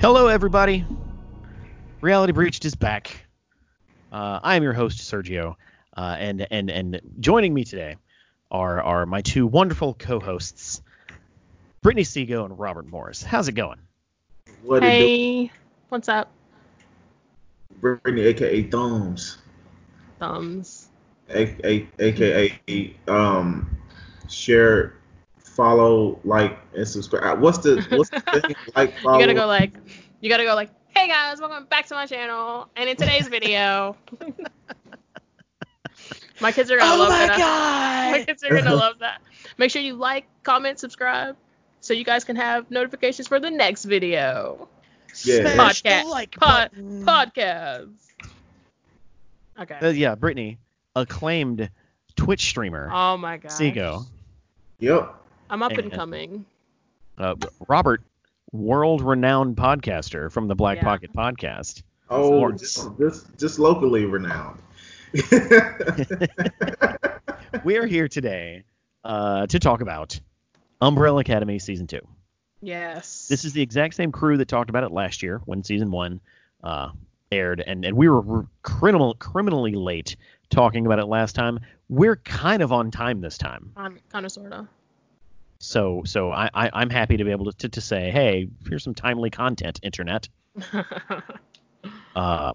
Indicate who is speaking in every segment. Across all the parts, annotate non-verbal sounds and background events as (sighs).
Speaker 1: Hello, everybody. Reality Breached is back. Uh, I am your host, Sergio, uh, and and and joining me today are are my two wonderful co-hosts, Brittany Seago and Robert Morris. How's it going?
Speaker 2: What it
Speaker 3: Hey, what's up?
Speaker 2: do? Brittany, aka Thumbs,
Speaker 3: Thumbs.
Speaker 2: A- A- aka um, share, follow, like, and subscribe. Uh, What's
Speaker 3: (laughs)
Speaker 2: the what's the thing? like, follow?
Speaker 3: You gotta go like, you gotta go like, hey guys, welcome back to my channel. And in today's video, Oh my kids are gonna love that. My
Speaker 1: god!
Speaker 3: kids are gonna love that. Make sure you like, comment, subscribe, so you guys can have notifications for the next video
Speaker 2: Yeah.
Speaker 1: Smash the
Speaker 3: Podcast.
Speaker 1: like
Speaker 3: Pod-
Speaker 1: button.
Speaker 3: podcast. Okay.
Speaker 1: Uh, yeah, Brittany, acclaimed Twitch streamer
Speaker 3: Oh my god.
Speaker 1: Seago.
Speaker 2: Yep.
Speaker 3: I'm up and
Speaker 1: And-
Speaker 3: coming.
Speaker 1: Uh, Robert, world-renowned podcaster from the Black
Speaker 3: Yeah.
Speaker 1: Pocket Podcast.
Speaker 2: Oh,
Speaker 1: Lawrence.
Speaker 2: just, just just locally
Speaker 3: (laughs)
Speaker 2: renowned.
Speaker 1: We are here today uh, to talk about Umbrella Academy season two.
Speaker 3: Yes.
Speaker 1: This is the exact same crew that talked about it last year when season one uh, aired, and, and we were r- criminal criminally late talking about it last time. We're kind of on time this time,
Speaker 3: I'm kind of sorta. (laughs)
Speaker 1: so so I, I I'm happy to be able to, to to say, hey, here's some timely content, internet. Uh,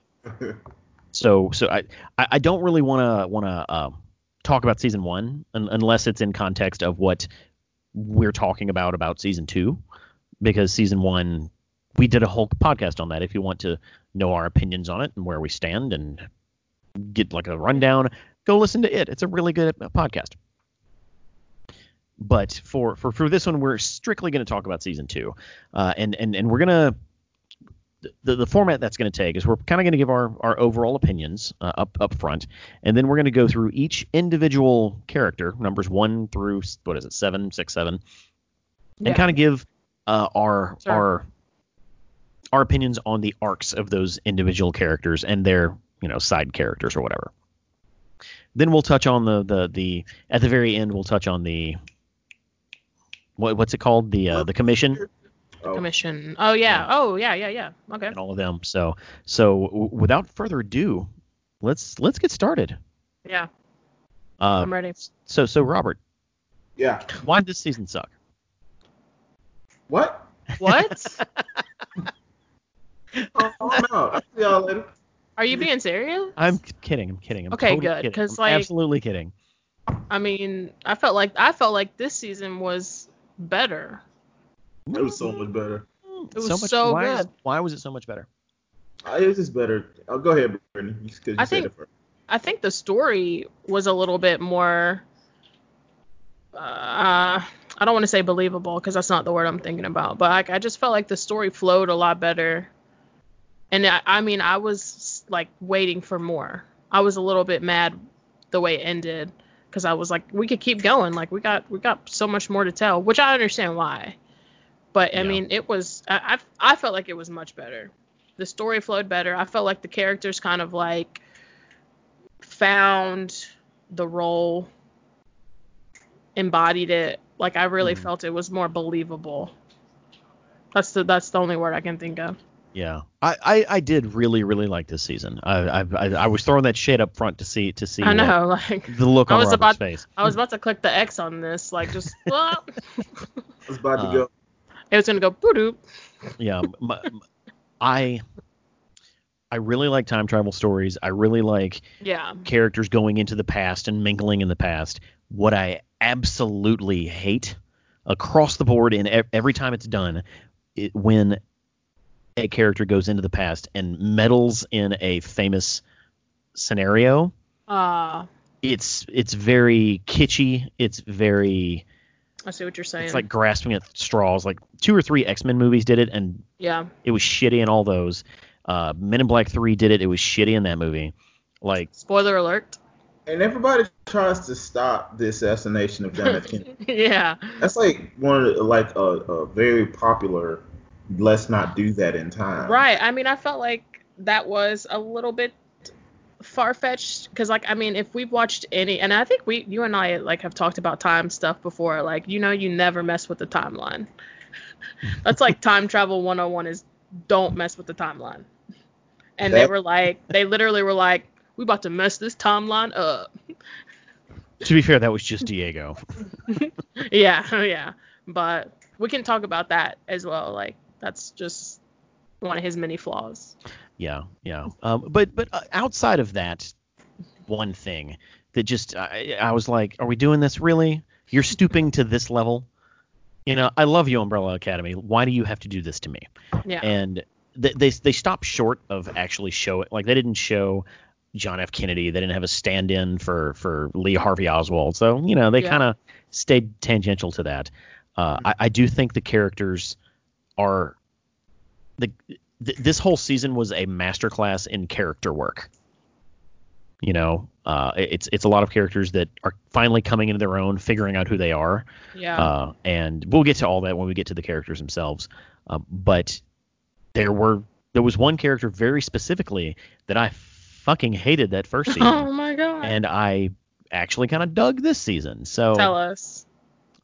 Speaker 1: so so I I I don't really wanna wanna uh, talk about season one un- unless it's in context of what we're talking about about season two, because season one we did a whole podcast on that. If you want to know our opinions on it and where we stand and get like a rundown, go listen to it. It's a really good uh, podcast. But for, for, for this one, we're strictly going to talk about season two, uh, and and and we're gonna the, the format that's going to take is we're kind of going to give our, our overall opinions uh, up up front, and then we're going to go through each individual character, numbers one through s- what is it, seven, six, seven,
Speaker 3: Yeah.
Speaker 1: and kind of give uh, our
Speaker 3: Sure.
Speaker 1: our our opinions on the arcs of those individual characters and their you know side characters or whatever. Then we'll touch on the the, the at the very end we'll touch on the what, what's it called the uh, the commission
Speaker 2: Oh,
Speaker 3: commission. Oh yeah.
Speaker 1: Yeah.
Speaker 3: Oh yeah, yeah, yeah. Okay.
Speaker 1: and all of them. So so w- without further ado, let's let's get started.
Speaker 3: Yeah,
Speaker 1: Uh,
Speaker 3: I'm ready.
Speaker 1: (laughs) so so Robert,
Speaker 2: yeah.
Speaker 1: why did this season suck?
Speaker 2: What?
Speaker 3: What?
Speaker 2: Oh,
Speaker 3: (laughs)
Speaker 2: no. I'll see y'all later.
Speaker 3: Are you being serious?
Speaker 1: I'm kidding. I'm kidding. I'm
Speaker 3: Okay,
Speaker 1: totally
Speaker 3: good,
Speaker 1: kidding.
Speaker 3: 'cause,
Speaker 1: I'm
Speaker 3: like-
Speaker 1: absolutely kidding.
Speaker 3: I mean, I felt like I felt like this season was better.
Speaker 2: It was so much better.
Speaker 1: It
Speaker 3: was so
Speaker 1: why is-
Speaker 3: good.
Speaker 1: why was it so much better?
Speaker 2: Uh, It was just better. Oh, go ahead, Brittany. You, 'cause you
Speaker 3: I
Speaker 2: said
Speaker 3: think-
Speaker 2: it first.
Speaker 3: I think the story was a little bit more. Uh, I don't want to say believable because that's not the word I'm thinking about, but like I just felt like the story flowed a lot better. And I, I mean, I was like waiting for more. I was a little bit mad the way it ended because I was like, we could keep going. Like we got we got so much more to tell, which I understand why. But I
Speaker 1: Yeah.
Speaker 3: mean, it was I, I I felt like it was much better. The story flowed better. I felt like the characters kind of like found the role, embodied it. Like I really
Speaker 1: Mhm.
Speaker 3: felt it was more believable. That's the that's the only word I can think of.
Speaker 1: Yeah, I, I, I did really really like this season. I, I I I was throwing that shit up front to see to see
Speaker 3: I
Speaker 1: what-
Speaker 3: know, (laughs) like
Speaker 1: the look
Speaker 3: I
Speaker 1: on
Speaker 3: was
Speaker 1: Robert's
Speaker 3: about-
Speaker 1: face.
Speaker 3: I was about to click the X on this, like just (laughs) well,
Speaker 2: I was about
Speaker 1: Uh,
Speaker 2: to go.
Speaker 3: it was gonna go boo doop.
Speaker 1: yeah m- m- i i really like time travel stories i really like
Speaker 3: Yeah,
Speaker 1: characters going into the past and mingling in the past what i absolutely hate across the board and ev- every time it's done it, when a character goes into the past and meddles in a famous scenario
Speaker 3: uh,
Speaker 1: it's it's very kitschy it's very
Speaker 3: I see what you're saying.
Speaker 1: it's like grasping at straws like two or three x-men movies did it and
Speaker 3: yeah,
Speaker 1: it was shitty in all those. Uh, Men in Black Three did it. It was shitty in that movie. Like,
Speaker 3: spoiler alert. (laughs)
Speaker 2: And everybody tries to stop the assassination of
Speaker 3: (laughs)
Speaker 2: John F. Kennedy.
Speaker 3: yeah,
Speaker 2: That's like one of the, like a, a very popular. Let's not do that in time.
Speaker 3: right. I mean, I felt like that was a little bit far fetched because, like, I mean, if we've watched any, and I think we, you and I, like, have talked about time stuff before. (laughs) Like, you know, you never mess with the timeline. That's like time travel 101 is don't mess with the timeline. And they
Speaker 2: That-
Speaker 3: were like, they literally were like, we about to mess this timeline up. (laughs)
Speaker 1: To be fair, that was just Diego.
Speaker 3: yeah, (laughs) yeah. But we can talk about that as well. Like that's just one of his many flaws.
Speaker 1: Yeah, yeah. Um, but but uh, outside of that one thing that just I, I was like, are we doing this really? You're stooping to this level. You know, I love you, Umbrella Academy. Why do you have to do this to me?
Speaker 3: Yeah.
Speaker 1: And they they, they stopped short of actually show it. Like they didn't show John F. Kennedy. They didn't have a stand-in for for Lee Harvey Oswald. So you know they
Speaker 3: Yeah. Mm-hmm.
Speaker 1: kind of stayed tangential to that. Uh, I, I do think the characters are the th- this whole season was a masterclass in character work. You know, uh, it- it's it's a lot of characters that are finally coming into their own, figuring out who they are.
Speaker 3: yeah.
Speaker 1: Uh, and we'll get to all that when we get to the characters themselves. Um, but there were there was one character very specifically that I fucking hated that
Speaker 3: (laughs)
Speaker 1: first
Speaker 3: (laughs) oh
Speaker 1: season,
Speaker 3: my god.
Speaker 1: and I actually kind of dug this season.
Speaker 3: Tell
Speaker 1: So
Speaker 3: us.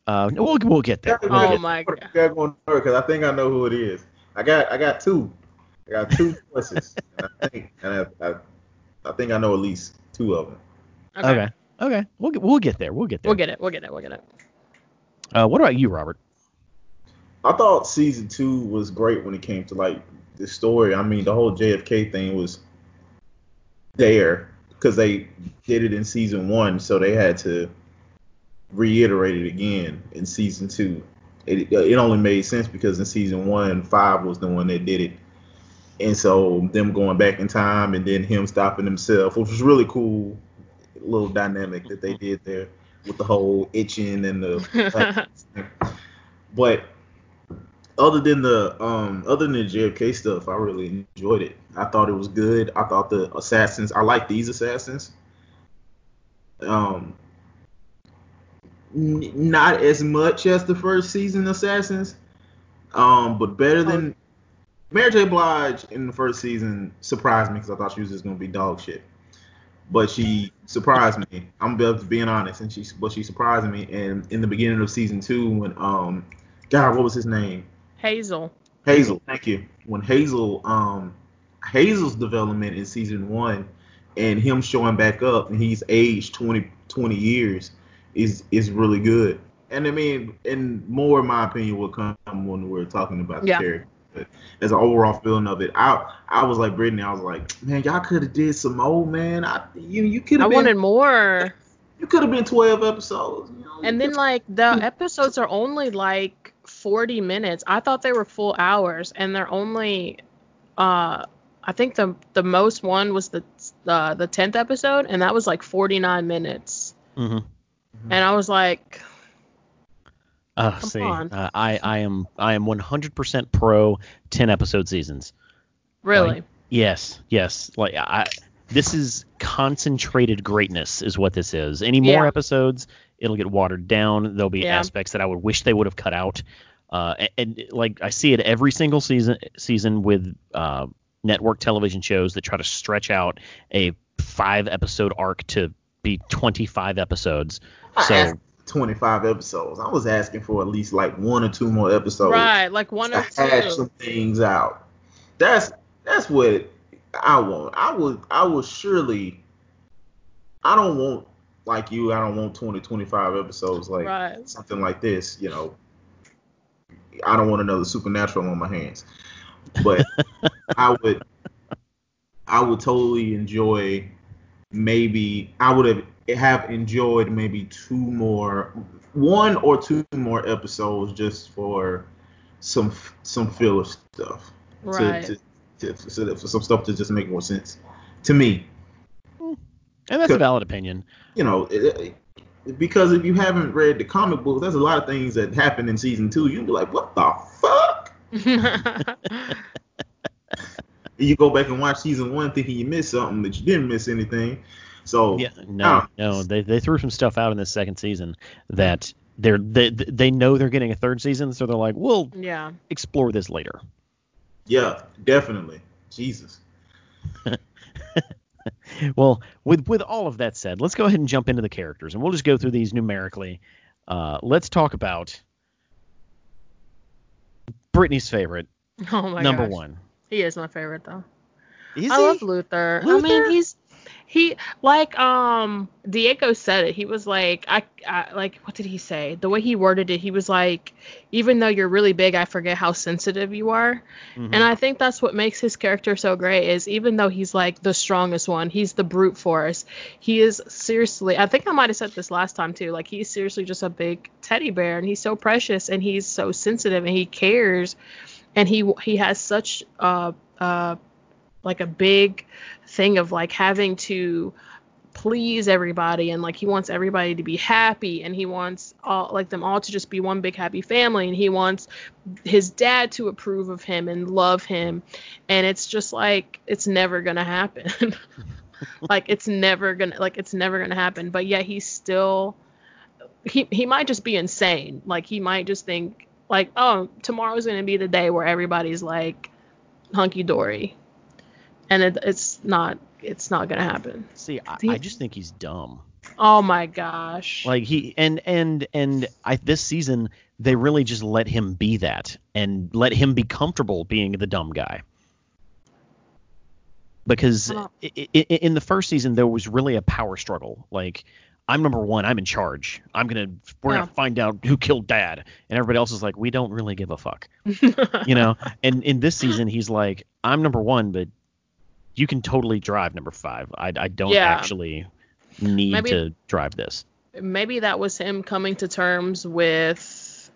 Speaker 1: uh, we'll we'll get there. Oh. We'll
Speaker 3: Oh
Speaker 1: get-
Speaker 3: my
Speaker 2: What
Speaker 3: god.
Speaker 2: you got going on? Because I think I know who it is. I got I got two. I got two choices. and I think and I, I, I think I know at least two of them.
Speaker 3: Oh, Okay.
Speaker 1: okay. Okay, we'll get, we'll get there. We'll get there.
Speaker 3: We'll get it. We'll get it. We'll get it.
Speaker 1: Uh, what about you, Robert?
Speaker 2: I thought season two was great when it came to like the story. I mean, the whole JFK thing was there because they did it in season one, so they had to reiterate it again in season two. It it only made sense because in season one, five was the one that did it, and so them going back in time and then him stopping himself, which was really cool little dynamic that they did there with the whole itching and the
Speaker 3: (laughs)
Speaker 2: but other than the um other than the JFK stuff, I really enjoyed it. I thought it was good. I thought the assassins I like these assassins. Um n- not as much as the first season assassins. Um, but better than Mary J. Blige in the first season surprised me because I thought she was just gonna be dog shit. But she surprised me. I'm just being honest, and she but she surprised me. And in the beginning of season two, when um, God, what was his name?
Speaker 3: Hazel.
Speaker 2: Hazel. Thank you. When Hazel um, Hazel's development in season one, and him showing back up, and he's aged 20, 20 years, is is really good. And I mean, and more in my opinion will come when we're talking about the
Speaker 3: Yeah.
Speaker 2: character. But as an overall feeling of it, I I was like Brittany. I was like, man, y'all could have did some more, man. I you you could
Speaker 3: I
Speaker 2: have been
Speaker 3: wanted more.
Speaker 2: you could have been twelve episodes. You know,
Speaker 3: And then like the episodes are only like 40 minutes. I thought they were full hours and they're only uh I think the the most one was the uh, the the 10th episode and that was like 49 minutes.
Speaker 1: Mm-hmm.
Speaker 3: And I was like
Speaker 1: Uh,
Speaker 3: Come
Speaker 1: see,
Speaker 3: on.
Speaker 1: uh, I I am I am 100% pro 10 episode seasons.
Speaker 3: Really?
Speaker 1: Yes, yes. Like I, this is concentrated greatness, is what this is. Any more
Speaker 3: Yeah.
Speaker 1: episodes, it'll get watered down. There'll be
Speaker 3: Yeah.
Speaker 1: aspects that I would wish they would have cut out. Uh, and, and, like I see it every single season season with uh, network television shows that try to stretch out a five episode arc to be 25 episodes.
Speaker 2: I
Speaker 1: So
Speaker 2: asked for 25 episodes. I was asking for at least like one or two more episodes
Speaker 3: right, like one
Speaker 2: to
Speaker 3: or
Speaker 2: hash
Speaker 3: two.
Speaker 2: some things out. That's that's what I want. I would I would surely I don't want like you, I don't want 20 25 episodes like
Speaker 3: Right.
Speaker 2: something like this, you know. I don't want another supernatural on my hands. But I would I would totally enjoy maybe I would have have enjoyed maybe two more one or two more episodes just for some some filler stuff
Speaker 3: Right.
Speaker 2: to, to, to, so that- for some stuff to just make more sense to me
Speaker 1: and that's a valid opinion.
Speaker 2: you know it, it- because if you haven't read the comic book there's a lot of things that happen in season two you'd be like what the fuck and you go back and watch season one thinking you missed something but you didn't miss anything so
Speaker 1: Yeah, no,
Speaker 2: Oh.
Speaker 1: no, they, they threw some stuff out in this second season that they're they they know they're getting a third season, so they're like, we'll
Speaker 3: (laughs) yeah.
Speaker 1: explore this later.
Speaker 2: yeah definitely jesus
Speaker 1: Well, with with all of that said, let's go ahead and jump into the characters, and we'll just go through these numerically. Uh, let's talk about Brittany's favorite,
Speaker 3: Oh my
Speaker 1: Number
Speaker 3: gosh.
Speaker 1: one.
Speaker 3: He is my favorite though.
Speaker 1: Is
Speaker 3: I
Speaker 1: he?
Speaker 3: love Luther. I
Speaker 1: Luther?
Speaker 3: mean, he's he like um Diego said it. He was like I, I like what did he say? The way he worded it, he was like even though you're really big, I forget how sensitive you are.
Speaker 1: Mhm.
Speaker 3: And I think that's what makes his character so great is even though he's like the strongest one, he's the brute force. He is seriously, I think I might have said this last time too, like he's seriously just a big teddy bear and he's so precious and he's so sensitive and he cares and he he has such uh uh like a big thing of like having to please everybody and like he wants everybody to be happy and he wants all like them all to just be one big happy family and he wants his dad to approve of him and love him and it's just like it's never gonna happen (laughs) like it's never gonna like it's never gonna happen but yet he's still he he might just be insane like he might just think like oh tomorrow's gonna be the day where everybody's like hunky dory and it, it's not it's not gonna happen
Speaker 1: See, I,
Speaker 3: he-
Speaker 1: I just think he's dumb.
Speaker 3: oh my gosh
Speaker 1: Like he and and and I this season they really just let him be that and let him be comfortable being the dumb guy. Because
Speaker 3: Well-
Speaker 1: i- i- i- in the first season there was really a power struggle. Like I'm number one. I'm in charge. I'm gonna we're
Speaker 3: Yeah.
Speaker 1: gonna find out who killed dad. And everybody else is like, we don't really give a fuck.
Speaker 3: (laughs)
Speaker 1: you know. And in this season he's like, I'm number one, but you can totally drive number five. I I don't
Speaker 3: Yeah.
Speaker 1: actually need
Speaker 3: Maybe-
Speaker 1: to drive this.
Speaker 3: maybe that was him coming to terms with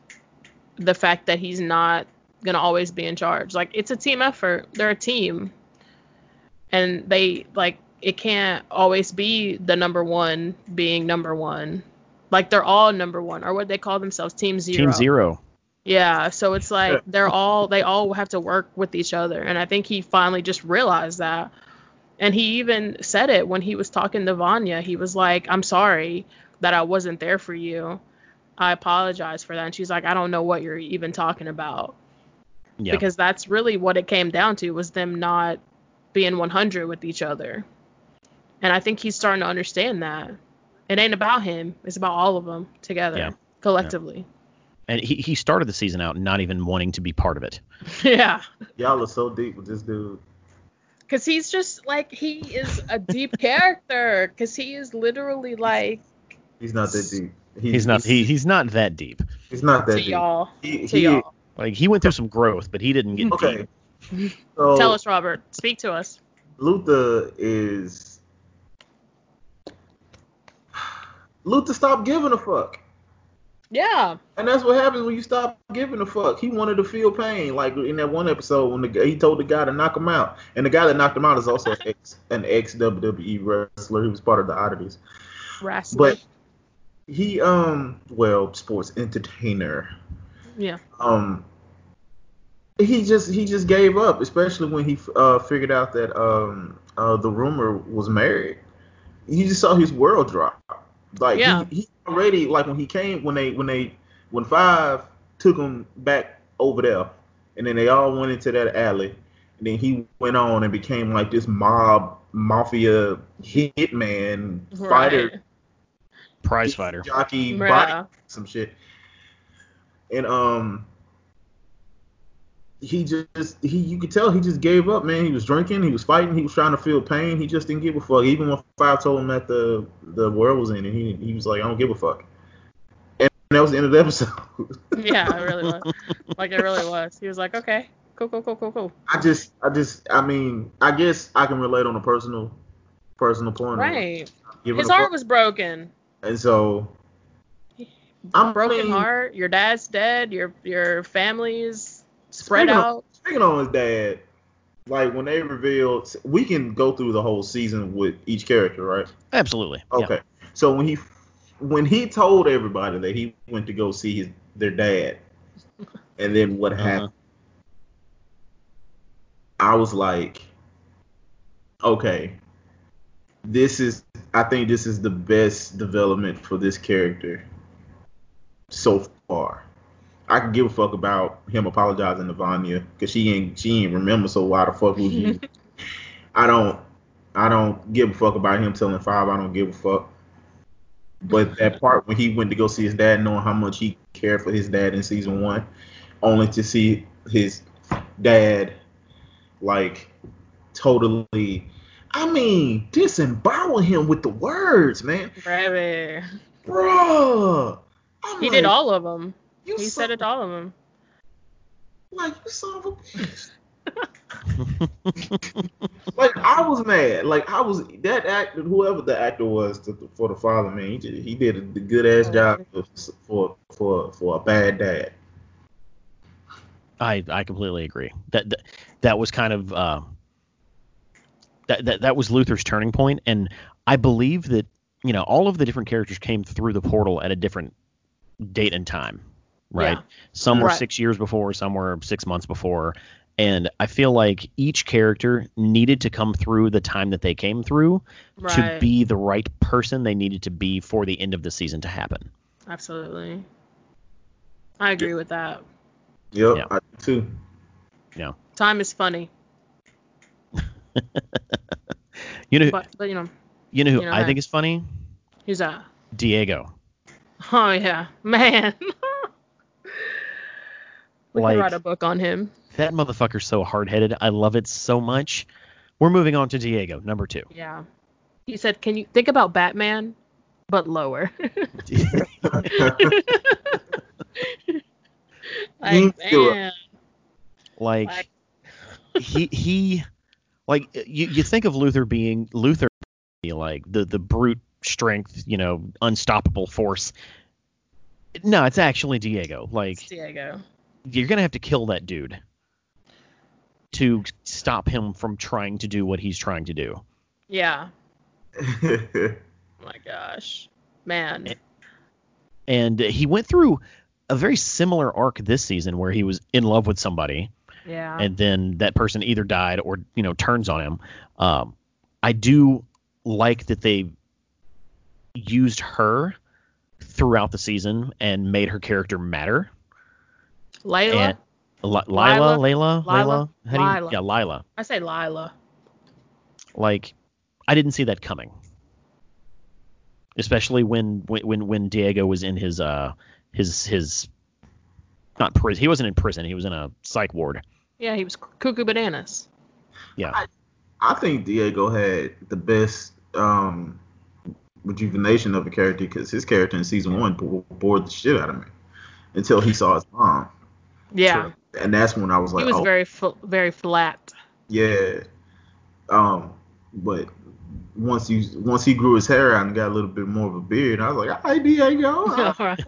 Speaker 3: the fact that he's not gonna always be in charge. Like it's a team effort. They're a team, and they like it can't always be the number one being number one. Like they're all number one, or what they call themselves, Team Zero.
Speaker 1: Team Zero.
Speaker 3: Yeah, so it's like they're all they all have to work with each other, and I think he finally just realized that. And he even said it when he was talking to Vanya. He was like, "I'm sorry that I wasn't there for you. I apologize for that." And she's like, "I don't know what you're even talking about."
Speaker 1: Yeah.
Speaker 3: Because that's really what it came down to was them not being 100 with each other. And I think he's starting to understand that. It ain't about him. It's about all of them together,
Speaker 1: Yeah.
Speaker 3: collectively. (laughs)
Speaker 1: and he, he started the season out not even wanting to be part of it.
Speaker 3: yeah.
Speaker 2: Y'all are so deep with this dude.
Speaker 3: Cause he's just like he is a deep (laughs) character. Cause he is literally like
Speaker 2: He's not that deep.
Speaker 1: He's not he, he's not that deep.
Speaker 2: He's not that
Speaker 3: to
Speaker 2: deep.
Speaker 3: y'all.
Speaker 2: He-
Speaker 3: to
Speaker 2: he-
Speaker 3: y'all.
Speaker 1: Like he went through some growth, but he didn't get
Speaker 2: Okay.
Speaker 3: (laughs)
Speaker 1: deep.
Speaker 2: So
Speaker 3: Tell us, Robert. Speak to us.
Speaker 2: Luther is. Luther stopped giving a fuck.
Speaker 3: Yeah.
Speaker 2: And that's what happens when you stop giving a fuck. He wanted to feel pain, like in that one episode when the, g- he told the guy to knock him out, and the guy that knocked him out is also an ex an ex WWE wrestler. He was part of the Oddities,
Speaker 3: Wrestling.
Speaker 2: but he um well sports entertainer.
Speaker 3: yeah.
Speaker 2: Um, he just he just gave up, especially when he uh figured out that um uh the rumor was married. You just saw his world drop. Like
Speaker 3: Yeah.
Speaker 2: he, he already like when he came when they when they when five took him back over there, and then they all went into that alley, and then he went on and became like this mob mafia hitman
Speaker 3: Right.
Speaker 2: fighter
Speaker 1: Prize fighter.
Speaker 2: jockey body
Speaker 3: Yeah.
Speaker 2: some shit. And um he just he you could tell he just gave up, man. He was drinking, he was fighting, he was trying to feel pain, he just didn't give a fuck. Even when Five told him that the the world was in it, he he was like, I don't give a fuck. And that was the end of the (laughs) episode.
Speaker 3: yeah, it really was. Like it really was. He was like, okay, cool, cool, cool, cool, cool.
Speaker 2: I just I just I mean, I guess I can relate on a personal personal point. of
Speaker 3: Right.
Speaker 2: giving
Speaker 3: His
Speaker 2: a
Speaker 3: heart
Speaker 2: fuck.
Speaker 3: was broken.
Speaker 2: and so I'm
Speaker 3: Broken
Speaker 2: mean,
Speaker 3: heart. Your dad's dead. Your your family's spread
Speaker 2: Speaking of-
Speaker 3: out.
Speaker 2: Speaking on his dad, like when they revealed, we can go through the whole season with each character, right?
Speaker 1: Absolutely. Yeah. Oh,
Speaker 2: Okay. So when he when he told everybody that he went to go see his their dad, and then what
Speaker 1: Uh-huh.
Speaker 2: happened? I was like, okay, this is. I think this is the best development for this character so far. I can give a fuck about him apologizing to Vanya because she ain't she ain't remember so why the fuck would you? I don't I don't give a fuck about him telling five. I don't give a fuck. But that part when he went to go see his dad, knowing how much he cared for his dad in season one, only to see his dad like totally I mean disembowel him with the words, man.
Speaker 3: Rabbit.
Speaker 2: Bruh. I'm
Speaker 3: He
Speaker 2: like,
Speaker 3: did all of them.
Speaker 2: you
Speaker 3: He
Speaker 2: son-
Speaker 3: said it to all of them.
Speaker 2: Like you son of a
Speaker 3: (laughs)
Speaker 2: bitch. like I was mad. Like I was that actor, whoever the actor was to, for the father, man, he did, he did a good ass job for, for for for a bad dad.
Speaker 1: I I completely agree. That that, that was kind of uh, that, that that was Luther's turning point, and I believe that you know all of the different characters came through the portal at a different date and time, right?
Speaker 3: Yeah.
Speaker 1: Some were
Speaker 3: Right.
Speaker 1: six years before, some were six months before, and I feel like each character needed to come through the time that they came through
Speaker 3: Right.
Speaker 1: to be the right person they needed to be for the end of the season to happen.
Speaker 3: Absolutely. I agree with that.
Speaker 2: Yep,
Speaker 1: Yeah.
Speaker 2: I do too.
Speaker 3: Time is funny,
Speaker 1: You know,
Speaker 3: but, but you know,
Speaker 1: you know who
Speaker 3: you know,
Speaker 1: I
Speaker 3: I-
Speaker 1: think is funny?
Speaker 3: who's that?
Speaker 1: Diego.
Speaker 3: Oh yeah, (laughs) man. we
Speaker 1: Like-
Speaker 3: can write a book on him.
Speaker 1: That motherfucker's so hard headed. I love it so much. We're moving on to Diego, number two.
Speaker 3: Yeah. He said, "Can you think about Batman, but lower?" (laughs) like,
Speaker 2: You're right.
Speaker 3: man.
Speaker 1: like,
Speaker 3: Like-
Speaker 1: he he like you, you think of Luther being Luther being, like the the brute strength, you know, unstoppable force. No, it's actually Diego. Like
Speaker 3: Diego.
Speaker 1: you're gonna have to kill that dude to stop him from trying to do what he's trying to do.
Speaker 3: Yeah. Oh my gosh, man.
Speaker 1: And he went through a very similar arc this season where he was in love with somebody
Speaker 3: yeah.
Speaker 1: and then that person either died or you know turns on him. Um, I do like that they used her throughout the season and made her character matter.
Speaker 3: Layla.
Speaker 1: And Li- Lila, Layla,
Speaker 3: Lila?
Speaker 1: Layla, how do you,
Speaker 3: Lila.
Speaker 1: yeah, Lila.
Speaker 3: I say Lila.
Speaker 1: Like, I didn't see that coming. Especially when when when- when Diego was in his uh his his not prison. He wasn't in prison. He was in a psych ward.
Speaker 3: Yeah, he was cuckoo bananas.
Speaker 1: Yeah.
Speaker 2: (laughs) I think Diego had the best um, rejuvenation of a character because his character in season one bo- bored the shit out of me until he saw his mom,
Speaker 3: Yeah.
Speaker 1: True.
Speaker 2: and that's when I was like,
Speaker 3: he was
Speaker 2: oh
Speaker 3: very fl- very flat.
Speaker 2: yeah. Um, but once you once he grew his hair out and got a little bit more of a beard, I was like, all right, Diego. all
Speaker 3: (laughs)
Speaker 2: right."
Speaker 3: All right.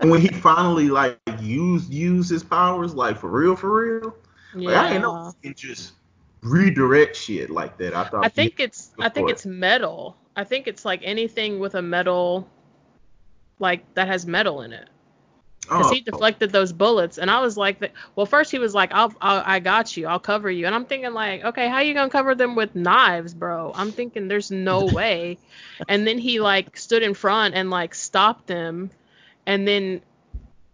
Speaker 2: And when he finally like used used his powers like for real, for real. Like, I didn't
Speaker 3: Yeah.
Speaker 2: know you can just redirect shit like that. I thought.
Speaker 3: I think it's I think
Speaker 2: before.
Speaker 3: it's metal. I think it's like anything with a metal like that has metal in it. Cuz
Speaker 2: oh,
Speaker 3: he deflected those bullets and I was like th- well first he was like I'll, I'll I got you. I'll cover you. And I'm thinking like, okay, how you going to cover them with knives, bro? I'm thinking there's no way. and then he like stood in front and like stopped them and then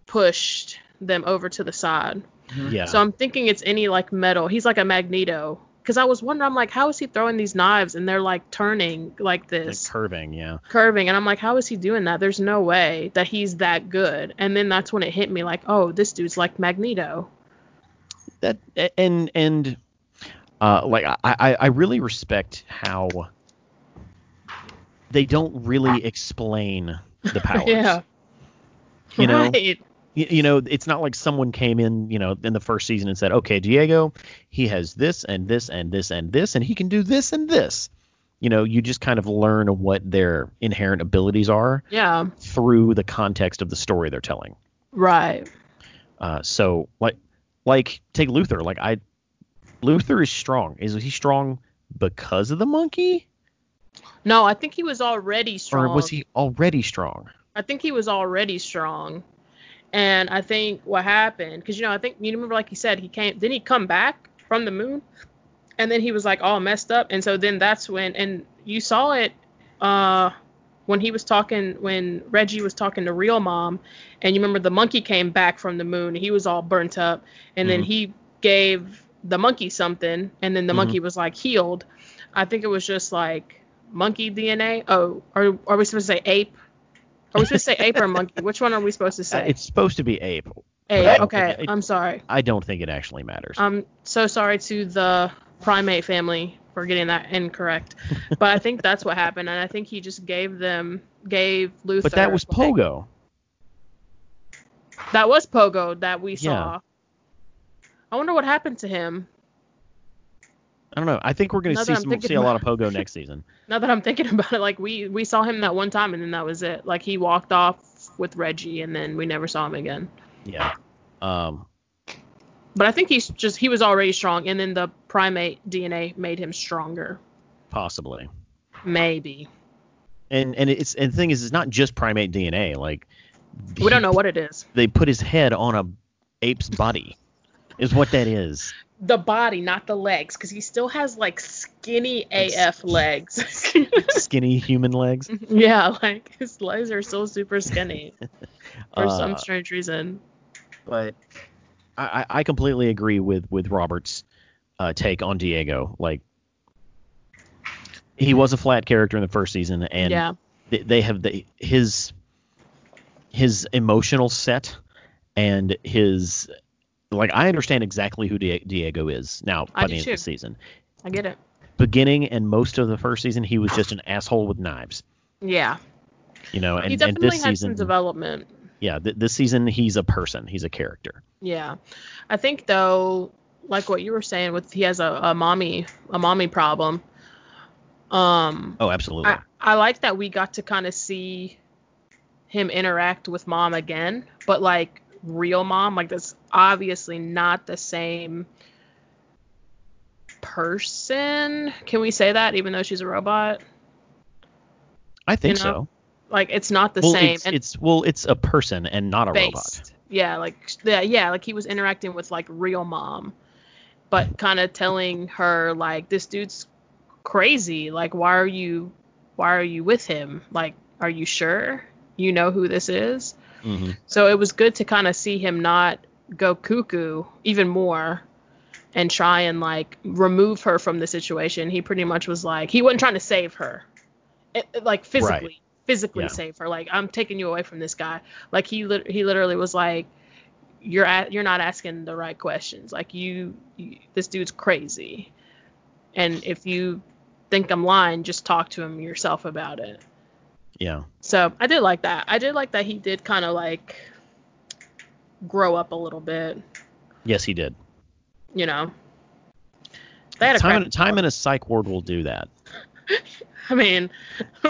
Speaker 3: pushed them over to the side.
Speaker 1: Yeah.
Speaker 3: Mm-hmm. So I'm thinking it's any like metal. He's like a magneto. Because I was wondering, I'm like, how is he throwing these knives and they're like turning like
Speaker 1: Like
Speaker 3: this,
Speaker 1: curving. Yeah.
Speaker 3: curving? And I'm like, how is he doing that? There's no way that he's that good. And then that's when it hit me like, oh, this dude's like Magneto.
Speaker 1: that and and uh, like I, I I really respect how they don't really explain the powers.
Speaker 3: (laughs) Yeah.
Speaker 1: You know?
Speaker 3: (laughs) Right.
Speaker 1: Y- You know, it's not like someone came in, you know, in the first season and said, "Okay, Diego, he has this and this and this and this, and he can do this and this." You know, you just kind of learn what their inherent abilities are
Speaker 3: Yeah.
Speaker 1: through the context of the story they're telling.
Speaker 3: Right.
Speaker 1: Uh, so like like take Luther. Like I Luther is strong. Is he strong because of the monkey?
Speaker 3: No, I think he was already strong.
Speaker 1: Or was he already strong? Uh,
Speaker 3: I think he was already strong. And I think what happened, because you know, I think you remember, like he said, he came. Didn't he come back from the moon? And then he was like all messed up. And so then that's when, and you saw it uh, when he was talking, when Reggie was talking to Real Mom, and you remember the monkey came back from the moon. And he was all burnt up, and then
Speaker 1: Mhm.
Speaker 3: he gave the monkey something, and then the
Speaker 1: Mhm.
Speaker 3: monkey was like healed. I think it was just like monkey DNA. Oh, are are we supposed to say ape? Are we supposed to say ape or monkey? Which one are we supposed to
Speaker 1: Uh,
Speaker 3: say?
Speaker 1: It's supposed to be ape.
Speaker 3: Hey,
Speaker 1: Right.
Speaker 3: okay,
Speaker 1: It-
Speaker 3: I'm sorry.
Speaker 1: I don't think it actually matters.
Speaker 3: I'm so sorry to the primate family for getting that incorrect.
Speaker 1: (laughs)
Speaker 3: but I think that's what happened, and I think he just gave them gave Luther.
Speaker 1: but that was
Speaker 3: like-
Speaker 1: Pogo.
Speaker 3: that was Pogo that we
Speaker 1: Yeah.
Speaker 3: saw. I wonder what happened to him.
Speaker 1: I don't know. I think we're going
Speaker 3: Now
Speaker 1: to
Speaker 3: that
Speaker 1: see
Speaker 3: I'm
Speaker 1: some,
Speaker 3: thinking
Speaker 1: see a lot of
Speaker 3: about (laughs)
Speaker 1: Pogo next season.
Speaker 3: Now that I'm thinking (laughs) about it, like we we saw him that one time, and then that was it. Like he walked off with Reggie, and then we never saw him again.
Speaker 1: Yeah. Um.
Speaker 3: But I think he's just he was already strong, and then the primate DNA made him stronger.
Speaker 1: Possibly.
Speaker 3: Maybe
Speaker 1: And and it's and the thing is, it's not just primate DNA. Like
Speaker 3: we don't
Speaker 1: he-
Speaker 3: know what it is.
Speaker 1: They put his head on a ape's body, is what that
Speaker 3: (laughs)
Speaker 1: is.
Speaker 3: The body, not the legs, because he still has like skinny
Speaker 1: Like,
Speaker 3: AF
Speaker 1: (laughs)
Speaker 3: legs. (laughs)
Speaker 1: Skinny human legs.
Speaker 3: yeah, like his legs are still
Speaker 1: (laughs)
Speaker 3: super skinny for
Speaker 1: Uh,
Speaker 3: some strange reason.
Speaker 1: but I, I I completely agree with with Robert's uh, take on Diego. Like he was a flat character in the first season, and
Speaker 3: yeah,
Speaker 1: they, they have the, his his emotional set and his like I understand exactly who Di- Diego is now by
Speaker 3: I do
Speaker 1: the end
Speaker 3: too.
Speaker 1: of the season.
Speaker 3: I get it.
Speaker 1: Beginning and most of the first season, he was just an asshole with knives,
Speaker 3: Yeah,
Speaker 1: you know. And,
Speaker 3: he
Speaker 1: and
Speaker 3: definitely
Speaker 1: this
Speaker 3: had
Speaker 1: season,
Speaker 3: some development.
Speaker 1: yeah, th- this season he's a person, he's a character.
Speaker 3: Yeah, I think though, like what you were saying, with he has a, a mommy a mommy problem. Um,
Speaker 1: Oh, absolutely.
Speaker 3: I, I like that we got to kind of see him interact with mom again, but like real mom, like that's obviously not the same person. Can we say that even though she's a robot?
Speaker 1: I think
Speaker 3: know,
Speaker 1: so.
Speaker 3: Like it's not the
Speaker 1: well,
Speaker 3: same.
Speaker 1: It's, it's well, it's a person and not a robot.
Speaker 3: based. Yeah, like yeah, yeah, like he was interacting with like real mom, but kind of telling her like this dude's crazy. Like why are you why are you with him? Like are you sure you know who this is?
Speaker 1: Mm-hmm.
Speaker 3: So it was good to kind of see him not go cuckoo even more and try and like remove her from the situation. He pretty much was like he wasn't trying to save her. It, it, like physically physically
Speaker 1: Yeah.
Speaker 3: save her. Like I'm taking you away from this guy. Like he lit- he literally was like you're at, you're not asking the right questions. Like you, you this dude's crazy. And if you think I'm lying, just talk to him yourself about it.
Speaker 1: Yeah,
Speaker 3: So I did like that. I did like that he did kind of like grow up a little bit,
Speaker 1: yes, he did.
Speaker 3: you know. They had a
Speaker 1: time,
Speaker 3: crap.
Speaker 1: in, time in a psych ward will do that.
Speaker 3: (laughs) I mean,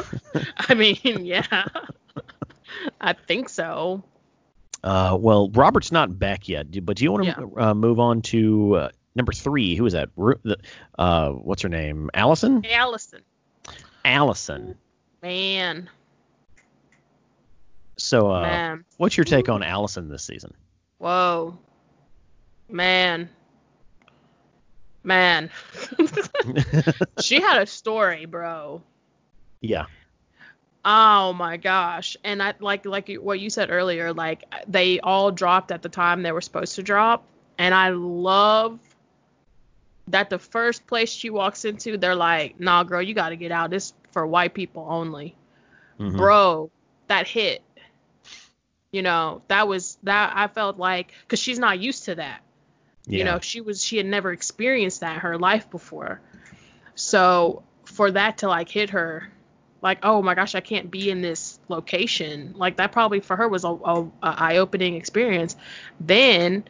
Speaker 3: (laughs) I mean, yeah. (laughs) I think so.
Speaker 1: Uh, well, Robert's not back yet, do- but do you want to uh, move on to uh, number three? Who is that? Ru- the- Uh, what's her name? Allison.
Speaker 3: Hey, Allison,
Speaker 1: Allison.
Speaker 3: man,
Speaker 1: So, uh,
Speaker 3: man,
Speaker 1: what's your take on Allison this season?
Speaker 3: whoa, man, man. (laughs) she had a story, bro.
Speaker 1: yeah,
Speaker 3: Oh my gosh. And I like like you- what you said earlier, like they all dropped at the time they were supposed to drop, and I love that the first place she walks into, they're like, "Nah, girl, you got to get out. This for white people only."
Speaker 1: Mhm.
Speaker 3: Bro, that hit. You know, that was that I felt like cuz she's not used to that.
Speaker 1: yeah.
Speaker 3: You know, she was she had never experienced that in her life before. So for that to like hit her, like oh my gosh, I can't be in this location. Like that probably for her was a, a, a eye opening experience. Then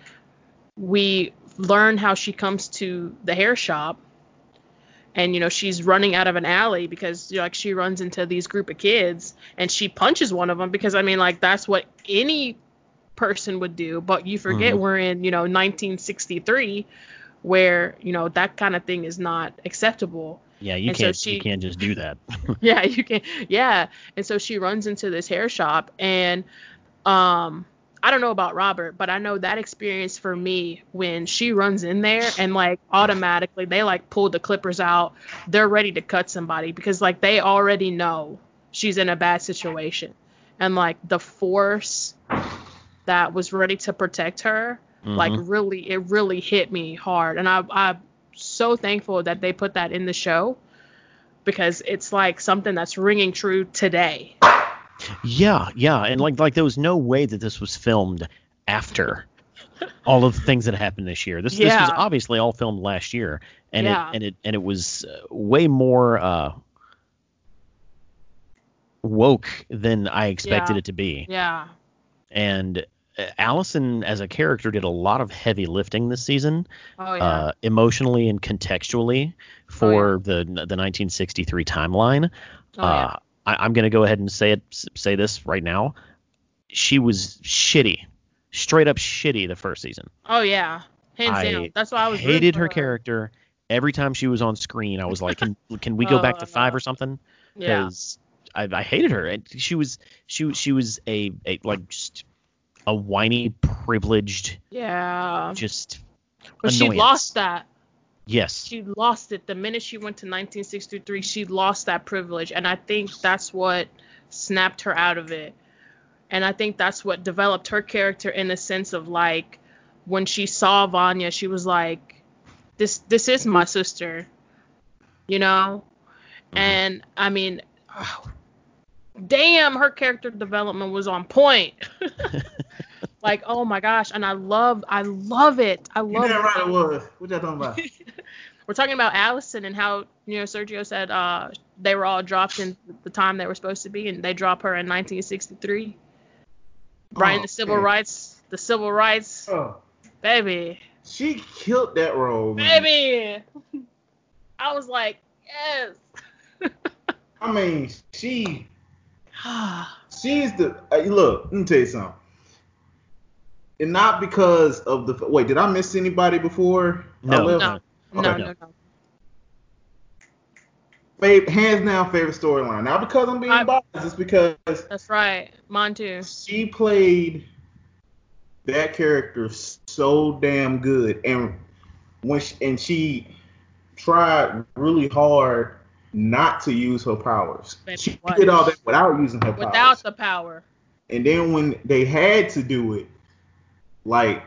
Speaker 3: we learn how she comes to the hair shop. And you know she's running out of an alley because you know, like she runs into these group of kids and she punches one of them because I mean like that's what any person would do but you forget
Speaker 1: Mhm.
Speaker 3: we're in you know 1963 where you know that kind of thing is not acceptable
Speaker 1: yeah, you
Speaker 3: and so
Speaker 1: can't
Speaker 3: she-
Speaker 1: you can't just do that.
Speaker 3: yeah you can yeah and so she runs into this hair shop and um i don't know about robert but i know that experience for me when she runs in there and like automatically they like pull the clippers out they're ready to cut somebody because like they already know she's in a bad situation and like the force that was ready to protect her (laughs) like
Speaker 1: Mhm.
Speaker 3: really it really hit me hard and I, i'm so thankful that they put that in the show because it's like something that's ringing true today
Speaker 1: yeah, yeah, and like like there was no way that this was filmed after all of the things that happened this year. This, this was
Speaker 3: Yeah.
Speaker 1: obviously all filmed last year, and
Speaker 3: Yeah.
Speaker 1: it and it and it was uh, way more uh, woke than I expected
Speaker 3: Yeah.
Speaker 1: it to be.
Speaker 3: yeah.
Speaker 1: And uh, Allison as a character did a lot of heavy lifting this season,
Speaker 3: Oh yeah.
Speaker 1: uh, emotionally and contextually for the the 1963 timeline.
Speaker 3: oh, yeah.
Speaker 1: Uh, I, I'm gonna go ahead and say it, s- say this right now. She was shitty, straight up shitty the first season.
Speaker 3: oh yeah. Hands
Speaker 1: I
Speaker 3: down. That's why I was rooting
Speaker 1: hated
Speaker 3: for
Speaker 1: her, character. Every time she was on screen, I was like,
Speaker 3: (laughs)
Speaker 1: "Can can we go back to five or something?"
Speaker 3: Uh, Yeah.
Speaker 1: I, I hated her. And she was she she was a, a like just a whiny, privileged,
Speaker 3: Yeah.
Speaker 1: just
Speaker 3: But she
Speaker 1: annoyance.
Speaker 3: lost that.
Speaker 1: yes,
Speaker 3: She lost it the minute she went to 1963. She lost that privilege, and I think that's what snapped her out of it. And I think that's what developed her character in the sense of like when she saw Vanya, she was like, "This this is my sister," you know.
Speaker 1: Mhm.
Speaker 3: And I mean, damn, her character development was on point. (laughs) like, oh my gosh, and I love I love it. I
Speaker 2: You
Speaker 3: love
Speaker 2: damn
Speaker 3: it.
Speaker 2: right it was. What y'all talking
Speaker 3: (laughs)
Speaker 2: about?
Speaker 3: We're talking about Allison and how you know Sergio said uh, they were all dropped in the time they were supposed to be, and they drop her in 1963. Right in
Speaker 2: Oh,
Speaker 3: the civil
Speaker 2: man.
Speaker 3: rights, the civil rights,
Speaker 2: Oh,
Speaker 3: baby,
Speaker 2: she killed that role, Oh, man.
Speaker 3: baby. I was like, yes.
Speaker 2: I mean,
Speaker 3: (sighs)
Speaker 2: she she's the uh, look. Let me tell you something. And not because of the wait. Did I miss anybody before? I
Speaker 1: No.
Speaker 2: left?
Speaker 3: no, no,
Speaker 2: Okay.
Speaker 3: no, no.
Speaker 2: Fav- hands down favorite storyline. Not because I'm being
Speaker 3: I-
Speaker 2: biased, it's because
Speaker 3: That's right, mine too.
Speaker 2: she played that character so damn good, and when she, and she tried really hard not to use her powers.
Speaker 3: Baby,
Speaker 2: She
Speaker 3: what?
Speaker 2: did all that without using her powers.
Speaker 3: Without the power,
Speaker 2: and then when they had to do it, like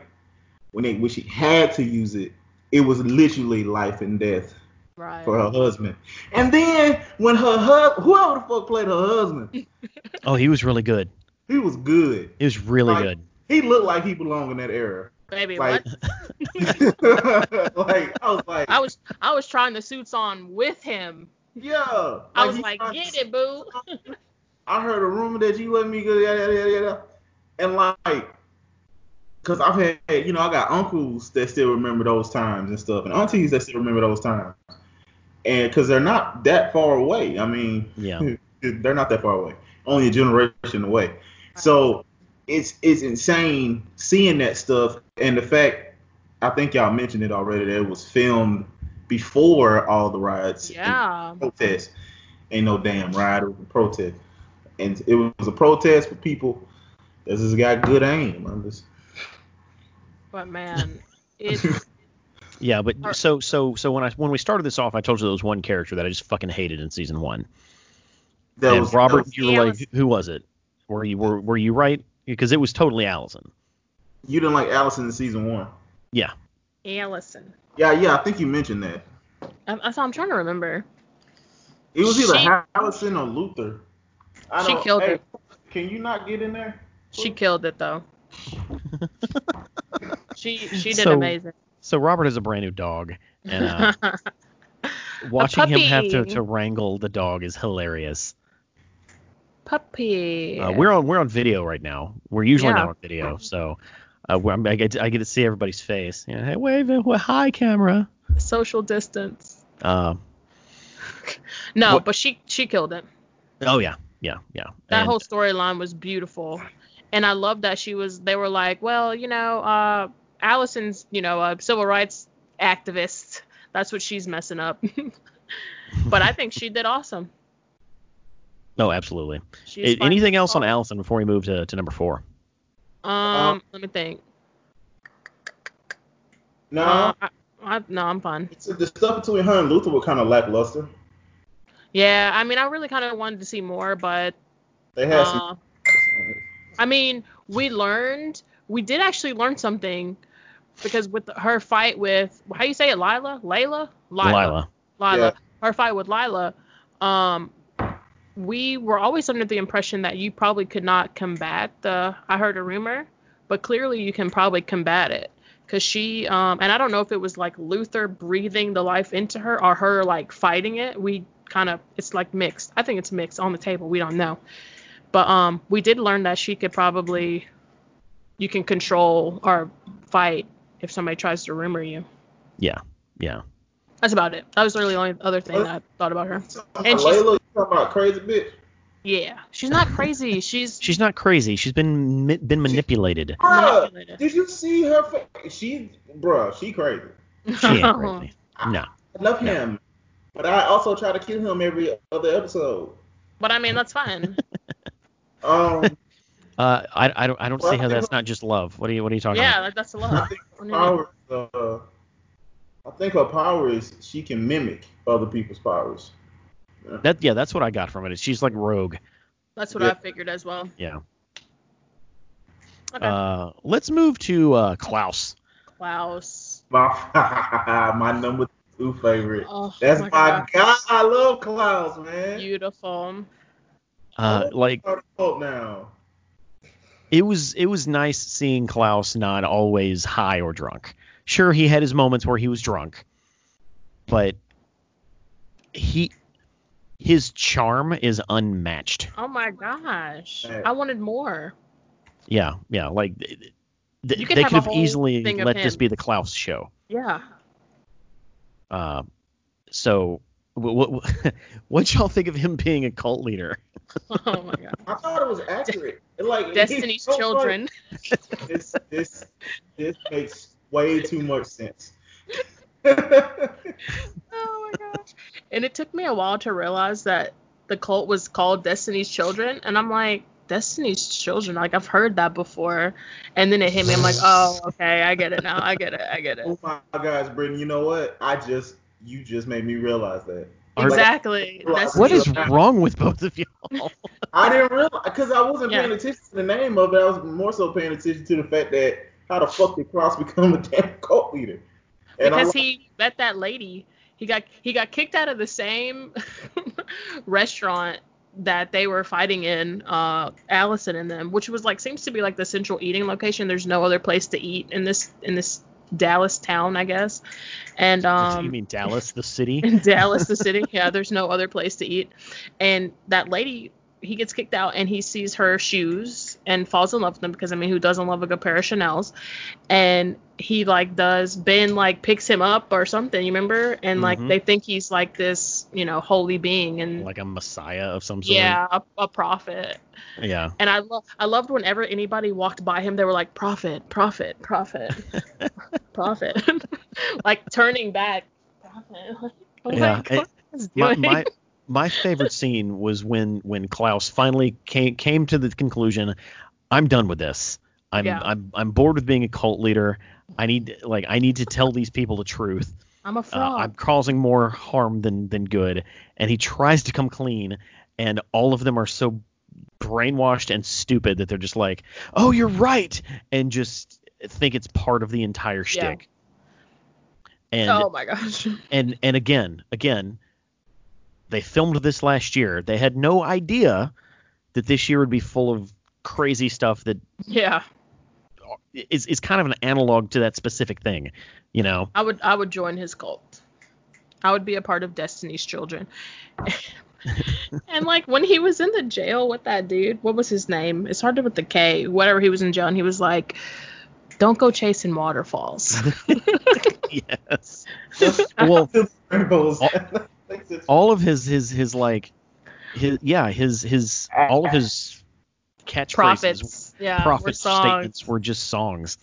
Speaker 2: when they when she had to use it, it was literally life and death
Speaker 3: right?
Speaker 2: for her husband. And then when her husband, whoever the fuck played her husband,
Speaker 1: oh, he was really good.
Speaker 2: he was good.
Speaker 1: He was really
Speaker 2: Like-
Speaker 1: good.
Speaker 2: He looked like he belonged in that era. (laughs)
Speaker 3: baby,
Speaker 2: Like,
Speaker 3: what?
Speaker 2: like I was like,
Speaker 3: I was I was trying the suits on with him.
Speaker 2: yeah.
Speaker 3: I was
Speaker 2: he
Speaker 3: like,
Speaker 2: tried to-
Speaker 3: get it, boo.
Speaker 2: I heard a rumor that you let me go, yada, yada, yada, yada. And like, because I've had, you know, I got uncles that still remember those times and stuff, and aunties that still remember those times. And because they're not that far away. I mean,
Speaker 1: Yeah.
Speaker 2: they're not that far away, only a generation away. So it's it's insane seeing that stuff and the fact I think y'all mentioned it already that it was filmed before all the riots. and
Speaker 3: Yeah.
Speaker 2: protest. Ain't no damn riot. It was a protest, and it was a protest for people that just got good aim. I'm just,
Speaker 3: But man,
Speaker 2: (laughs)
Speaker 3: it's
Speaker 1: Yeah, but
Speaker 3: Or-
Speaker 1: so so so when I when we started this off, I told you there was one character that I just fucking hated in season one.
Speaker 2: that
Speaker 1: and
Speaker 2: was
Speaker 1: Robert,
Speaker 2: that was-
Speaker 1: you were like,
Speaker 3: Allison.
Speaker 1: who was it? Were you were were you right? Because it was totally Allison.
Speaker 2: you didn't like Allison in season one.
Speaker 1: Yeah,
Speaker 3: Allison.
Speaker 2: Yeah, yeah. I think you mentioned that.
Speaker 3: I, that's all I'm trying to remember.
Speaker 2: It was either
Speaker 3: She-
Speaker 2: Allison or Luther. I
Speaker 3: She
Speaker 2: don't-
Speaker 3: killed
Speaker 2: hey,
Speaker 3: it.
Speaker 2: Can you not get in there?
Speaker 3: She killed it though. she she did
Speaker 1: So,
Speaker 3: amazing.
Speaker 1: So Robert is a brand new dog, and
Speaker 3: (laughs)
Speaker 1: uh, watching him have to,
Speaker 3: puppy.
Speaker 1: to wrangle the dog is hilarious.
Speaker 3: Puppy.
Speaker 1: Uh, we're on we're on video right now. We're usually
Speaker 3: Yeah.
Speaker 1: not on video, so uh, we're- I, get to, I get to see everybody's face. You know, hey, wave, well, hi, camera.
Speaker 3: Social distance.
Speaker 1: Uh,
Speaker 3: No,
Speaker 1: What-
Speaker 3: but she she killed it.
Speaker 1: oh yeah, yeah, yeah.
Speaker 3: That
Speaker 1: And-
Speaker 3: whole storyline was beautiful. And I love that she was they were like, well, you know, uh Allison's, you know, a civil rights activist. That's what she's messing up. (laughs) but I think she did awesome.
Speaker 1: no, oh, absolutely.
Speaker 3: She's
Speaker 1: A-
Speaker 3: fine.
Speaker 1: anything else on Allison before we move to, to number four?
Speaker 3: Um, let me think.
Speaker 2: No.
Speaker 3: Uh, I, I, no, I'm fine.
Speaker 2: It's- the stuff between her and Luther were kind of lackluster.
Speaker 3: Yeah, I mean, I really kind of wanted to see more, but
Speaker 2: They had some.
Speaker 3: uh, I mean, we learned, we did actually learn something because with her fight with how you say it, Lila, Layla, Lila,
Speaker 1: Lila.
Speaker 3: Lila, her fight with Lila, um, we were always under the impression that you probably could not combat the. I heard a rumor but clearly you can probably combat it because she um and i don't know if it was like luther breathing the life into her or her like fighting it we kind of it's like mixed i think it's mixed on the table we don't know but um we did learn that she could probably you can control or fight if somebody tries to rumor you
Speaker 1: Yeah. Yeah.
Speaker 3: that's about it that was really the only other thing that i thought about her
Speaker 2: And
Speaker 3: she's-
Speaker 2: Layla, you talking about crazy bitch?
Speaker 3: yeah she's not
Speaker 1: (laughs)
Speaker 3: crazy she's
Speaker 1: She's not crazy. She's been ma- been
Speaker 3: (laughs)
Speaker 1: manipulated.
Speaker 2: Bruh,
Speaker 3: Manipulative.
Speaker 2: did you see her face? She, bruh, she crazy.
Speaker 1: She ain't crazy. No.
Speaker 2: I love
Speaker 1: No.
Speaker 2: him, but I also try to kill him every other episode.
Speaker 3: (laughs) but i mean that's fine (laughs)
Speaker 2: Um,
Speaker 1: Uh, I, I don't I don't see how that's not just love. What are you What are you talking
Speaker 3: yeah
Speaker 1: about?
Speaker 3: that, that's a
Speaker 2: I
Speaker 1: (laughs)
Speaker 3: lot
Speaker 2: think her power, uh, I think her power is she can mimic other people's powers. (laughs)
Speaker 1: That yeah, that's what I got from it. She's like rogue.
Speaker 3: that's what
Speaker 2: Yeah.
Speaker 3: i figured as well
Speaker 1: Yeah.
Speaker 3: okay
Speaker 1: Uh, let's move to uh, Klaus.
Speaker 3: klaus
Speaker 2: My, my number two favorite.
Speaker 3: oh,
Speaker 2: That's
Speaker 3: my
Speaker 2: my,
Speaker 3: God.
Speaker 2: guy. I love Klaus, man.
Speaker 3: beautiful
Speaker 1: Uh,
Speaker 3: Oh.
Speaker 1: like
Speaker 2: Start to vote now.
Speaker 1: it was it was nice seeing Klaus not always high or drunk. Sure, he had his moments where he was drunk, but he his charm is unmatched.
Speaker 3: oh my gosh
Speaker 2: Man.
Speaker 3: i wanted more
Speaker 1: Yeah, yeah. Like th- th-
Speaker 3: You could
Speaker 1: they
Speaker 3: have
Speaker 1: could
Speaker 3: a
Speaker 1: have
Speaker 3: whole
Speaker 1: easily
Speaker 3: thing of
Speaker 1: let this
Speaker 3: him.
Speaker 1: be the Klaus show.
Speaker 3: yeah (laughs)
Speaker 1: Uh, so what (laughs) what what y'all think of him being a cult leader?
Speaker 3: oh my
Speaker 1: (laughs)
Speaker 3: god
Speaker 2: I thought it was accurate. It, like (laughs)
Speaker 3: destiny's
Speaker 2: it's so funny.
Speaker 3: children
Speaker 2: This this this makes way too much
Speaker 3: (laughs)
Speaker 2: sense. (laughs) yeah,
Speaker 3: Oh my gosh. And it took me a while to realize that the cult was called Destiny's Children. And I'm like, Destiny's Children? Like, I've heard that before. And then it hit me. I'm like, oh, okay. I get it now. I get it. I get it.
Speaker 2: Oh my gosh, Brittany, you know what? I just you just made me realize that.
Speaker 1: Are-
Speaker 3: Exactly.
Speaker 2: What
Speaker 3: Destiny's
Speaker 1: What is
Speaker 3: Children.
Speaker 1: wrong with both of you?
Speaker 2: I didn't realize because I wasn't
Speaker 3: Yeah.
Speaker 2: paying attention to the name of it. I was more so paying attention to the fact that how the fuck did Cross (laughs) become a damn cult leader? And I'm
Speaker 3: Because
Speaker 2: like,
Speaker 3: he met that lady. He got he got kicked out of the same (laughs) restaurant that they were fighting in, uh, Allison and them, which was like seems to be like the central eating location. There's no other place to eat in this in this Dallas town, I guess. And um
Speaker 1: you mean Dallas, the city?
Speaker 3: (laughs) in Dallas, the city. Yeah, there's no other place to eat. And that lady, he gets kicked out and he sees her shoes and falls in love with them because I mean, who doesn't love a good pair of Chanel's? And he like does Ben like picks him up or something, you remember? And like
Speaker 1: Mhm.
Speaker 3: they think he's like this, you know, holy being and
Speaker 1: Like a messiah of some sort.
Speaker 3: yeah, a, a prophet.
Speaker 1: Yeah.
Speaker 3: And I love I loved whenever anybody walked by him, they were like, Prophet,
Speaker 1: (laughs)
Speaker 3: prophet, prophet, prophet. (laughs) like turning back. Prophet. Oh
Speaker 1: Yeah,
Speaker 3: my God.
Speaker 1: it-
Speaker 3: (laughs)
Speaker 1: My,
Speaker 3: doing.
Speaker 1: my my favorite scene was when when Klaus finally came came to the conclusion, I'm done with this. I'm
Speaker 3: Yeah.
Speaker 1: I'm I'm bored with being a cult leader. I need like I need to tell these people the truth.
Speaker 3: I'm a
Speaker 1: Uh,
Speaker 3: frog.
Speaker 1: I'm causing more harm than than good. And he tries to come clean, and all of them are so brainwashed and stupid that they're just like, "Oh, you're right," and just think it's part of the entire shtick. And
Speaker 3: oh my gosh. (laughs)
Speaker 1: and and again, again, they filmed this last year. They had no idea that this year would be full of crazy stuff that
Speaker 3: Yeah,
Speaker 1: is is kind of an analog to that specific thing, you know. (laughs)
Speaker 3: I would I would join his cult. I would be a part of Destiny's Children. (laughs) and like when he was in the jail with that dude, what was his name? It started with the K. Whatever he was in jail, and he was like, "Don't go
Speaker 1: (laughs)
Speaker 3: chasing waterfalls."
Speaker 1: yes.
Speaker 2: just (laughs)
Speaker 1: Well,
Speaker 2: rainbows.
Speaker 1: all-
Speaker 2: (laughs) Like, just-
Speaker 1: all of his his his like his yeah, his his all of his catchphrases
Speaker 3: Uh, Prophets, yeah, were
Speaker 1: prophet
Speaker 3: songs,
Speaker 1: statements were just songs.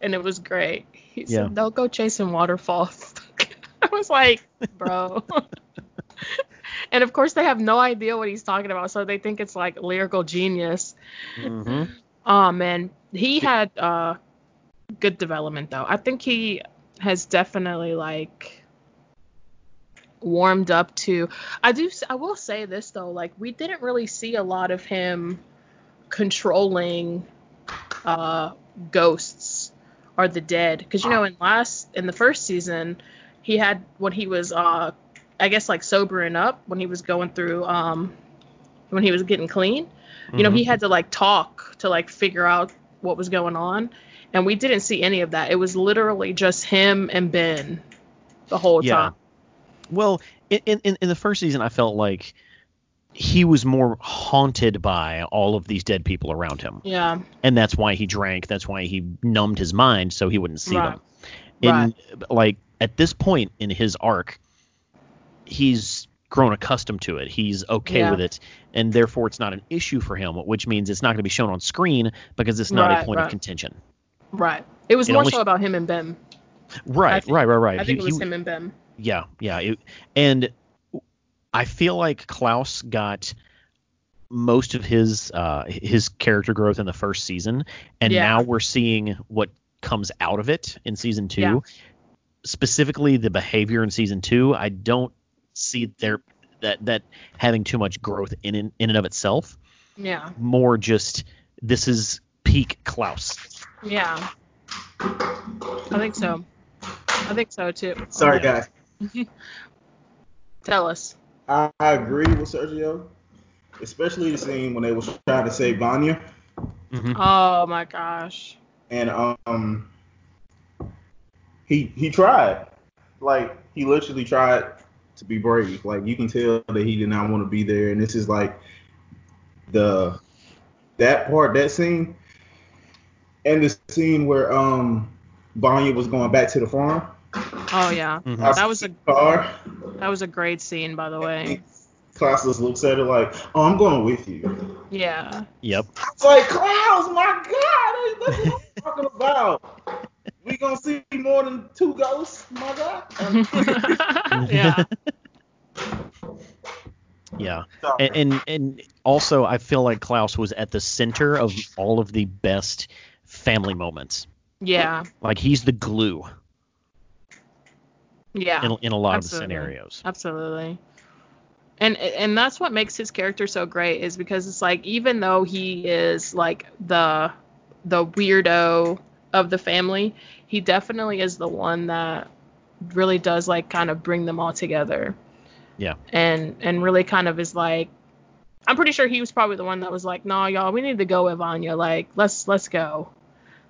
Speaker 3: and it was great. He
Speaker 1: Yeah.
Speaker 3: said, "Don't go chasing waterfalls." (laughs) I was like, "Bro." and of course, they have no idea what he's talking about, so they think it's like lyrical genius.
Speaker 1: Mhm.
Speaker 3: Oh man, he had uh good development though. I think he has definitely like warmed up to. I do I will say this though, like we didn't really see a lot of him controlling uh ghosts or the dead cuz you know in last in the first season he had when he was uh I guess like sobering up when he was going through um when he was getting clean you know
Speaker 1: Mhm.
Speaker 3: he had to like talk to like figure out what was going on, and we didn't see any of that. It was literally just him and Ben the whole
Speaker 1: Yeah.
Speaker 3: time.
Speaker 1: Well, in, in in the first season, I felt like he was more haunted by all of these dead people around him,
Speaker 3: Yeah.
Speaker 1: and that's why he drank. That's why he numbed his mind so he wouldn't see
Speaker 3: Right.
Speaker 1: them. In like at this point in his arc, he's grown accustomed to it. He's okay
Speaker 3: Yeah.
Speaker 1: with it, and therefore it's not an issue for him. Which means it's not going to be shown on screen because it's not a
Speaker 3: Right,
Speaker 1: point of
Speaker 3: right.
Speaker 1: contention.
Speaker 3: Right. It was
Speaker 1: It
Speaker 3: more
Speaker 1: only
Speaker 3: so
Speaker 1: sh-
Speaker 3: about him and Ben.
Speaker 1: Right,
Speaker 3: think-
Speaker 1: right, right, right.
Speaker 3: I
Speaker 1: He-
Speaker 3: think it was
Speaker 1: he-
Speaker 3: him and Ben.
Speaker 1: Yeah, yeah. It, and I feel like Klaus got most of his uh, his character growth in the first season, and
Speaker 3: Yeah.
Speaker 1: now we're seeing what comes out of it in season two.
Speaker 3: Yeah.
Speaker 1: Specifically, the behavior in season two, I don't see there that that having too much growth in in, in and of itself.
Speaker 3: Yeah.
Speaker 1: More just this is peak Klaus.
Speaker 3: Yeah. I think so. I think so too.
Speaker 2: Sorry,
Speaker 1: Yeah.
Speaker 2: guys.
Speaker 3: Tell us.
Speaker 2: I, I agree with Sergio, especially the scene when they was trying to save Vanya,
Speaker 3: Oh my gosh.
Speaker 2: and um, he he tried, like he literally tried to be brave. Like you can tell that he did not want to be there, and this is like the that part, that scene, and the scene where um Vanya was going back to the farm.
Speaker 3: Oh yeah.
Speaker 2: Mm-hmm.
Speaker 1: Mhm.
Speaker 3: That was a
Speaker 2: car.
Speaker 3: that was a great scene by the way.
Speaker 2: Klaus just looks at her like, "Oh, I'm going with you."
Speaker 1: (laughs)
Speaker 3: Yeah. (laughs)
Speaker 1: Yep.
Speaker 2: It's like Klaus, my God, that's what I'm talking about. We gonna see more than two ghosts, my God. Um,
Speaker 3: yeah.
Speaker 1: (laughs) Yeah.
Speaker 2: sorry.
Speaker 1: and, and and also I feel like Klaus was at the center of all of the best family moments.
Speaker 3: Yeah.
Speaker 1: Like he's the glue
Speaker 3: Yeah.
Speaker 1: in, in a lot
Speaker 3: Ah, Absolutely.
Speaker 1: of the scenarios.
Speaker 3: Absolutely. And and that's what makes his character so great is because it's like even though he is like the the weirdo of the family, he definitely is the one that really does like kind of bring them all together.
Speaker 1: Yeah.
Speaker 3: And and really kind of is like I'm pretty sure he was probably the one that was like, "No, y'all, we need to go with Vanya. Like, let's let's go."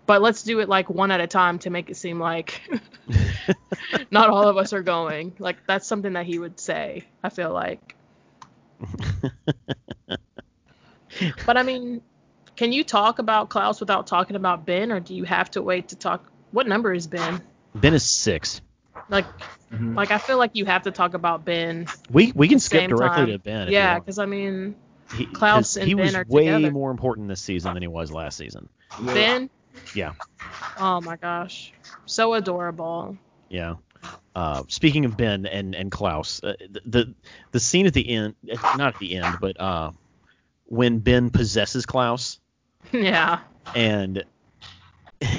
Speaker 3: But let's do it like one at a time to make it seem like not all of us are going. Like that's something that he would say. I feel like.
Speaker 1: (laughs)
Speaker 3: but I mean, can you talk about Klaus without talking about Ben, or do you have to wait to talk? What number is Ben?
Speaker 1: Ben is six.
Speaker 3: Like,
Speaker 2: Mhm.
Speaker 3: like I feel like you have to talk about Ben.
Speaker 1: We we can
Speaker 3: the
Speaker 1: skip
Speaker 3: same
Speaker 1: directly
Speaker 3: time.
Speaker 1: to Ben. if you
Speaker 3: Yeah,
Speaker 1: want.
Speaker 3: because I mean,
Speaker 1: He-
Speaker 3: Klaus
Speaker 1: 'cause
Speaker 3: and
Speaker 1: he
Speaker 3: Ben
Speaker 1: was
Speaker 3: are
Speaker 1: way
Speaker 3: together.
Speaker 1: more important this season than he was last season.
Speaker 2: Yeah.
Speaker 3: Ben.
Speaker 1: Yeah.
Speaker 3: Oh my gosh, so adorable. (laughs)
Speaker 1: Yeah. Uh, speaking of Ben and and Klaus, uh, the, the the scene at the end, eh, not at the end, but uh, when Ben possesses Klaus,
Speaker 3: yeah.
Speaker 1: and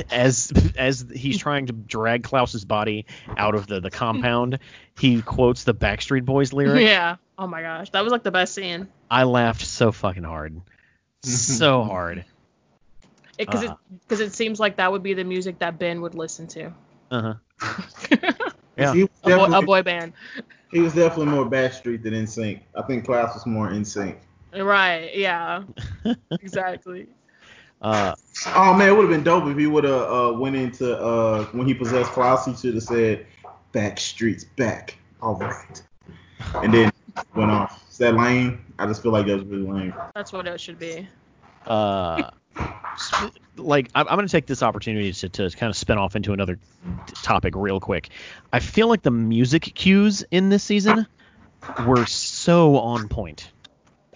Speaker 1: as as he's trying to drag Klaus's body out of the, the compound, he quotes the Backstreet Boys lyric.
Speaker 3: Yeah. Oh my gosh, that was like the best scene.
Speaker 1: I laughed so fucking hard,
Speaker 3: (laughs)
Speaker 1: so hard.
Speaker 3: because it
Speaker 1: Uh.
Speaker 3: because it seems like that would be the music that Ben would listen to.
Speaker 1: Uh huh. Yeah.
Speaker 2: He was,
Speaker 3: A boy, a
Speaker 2: definitely,
Speaker 3: boy band,
Speaker 2: he was definitely more Backstreet than In Sync. I think Klaus was more In Sync.
Speaker 3: right?
Speaker 1: (laughs)
Speaker 3: Yeah, exactly.
Speaker 1: Uh,
Speaker 2: Oh man, it would have been dope if he would have uh, went into uh, when he possessed Klaus. He should have said, "Backstreet's back, all right," and then (laughs) went off. Is that lame? I just feel like that was really lame.
Speaker 3: That's what it should be.
Speaker 1: uh, sp- like I'm, I'm gonna take this opportunity to, to kind of spin off into another t- topic real quick. I feel like the music cues in this season were so on point.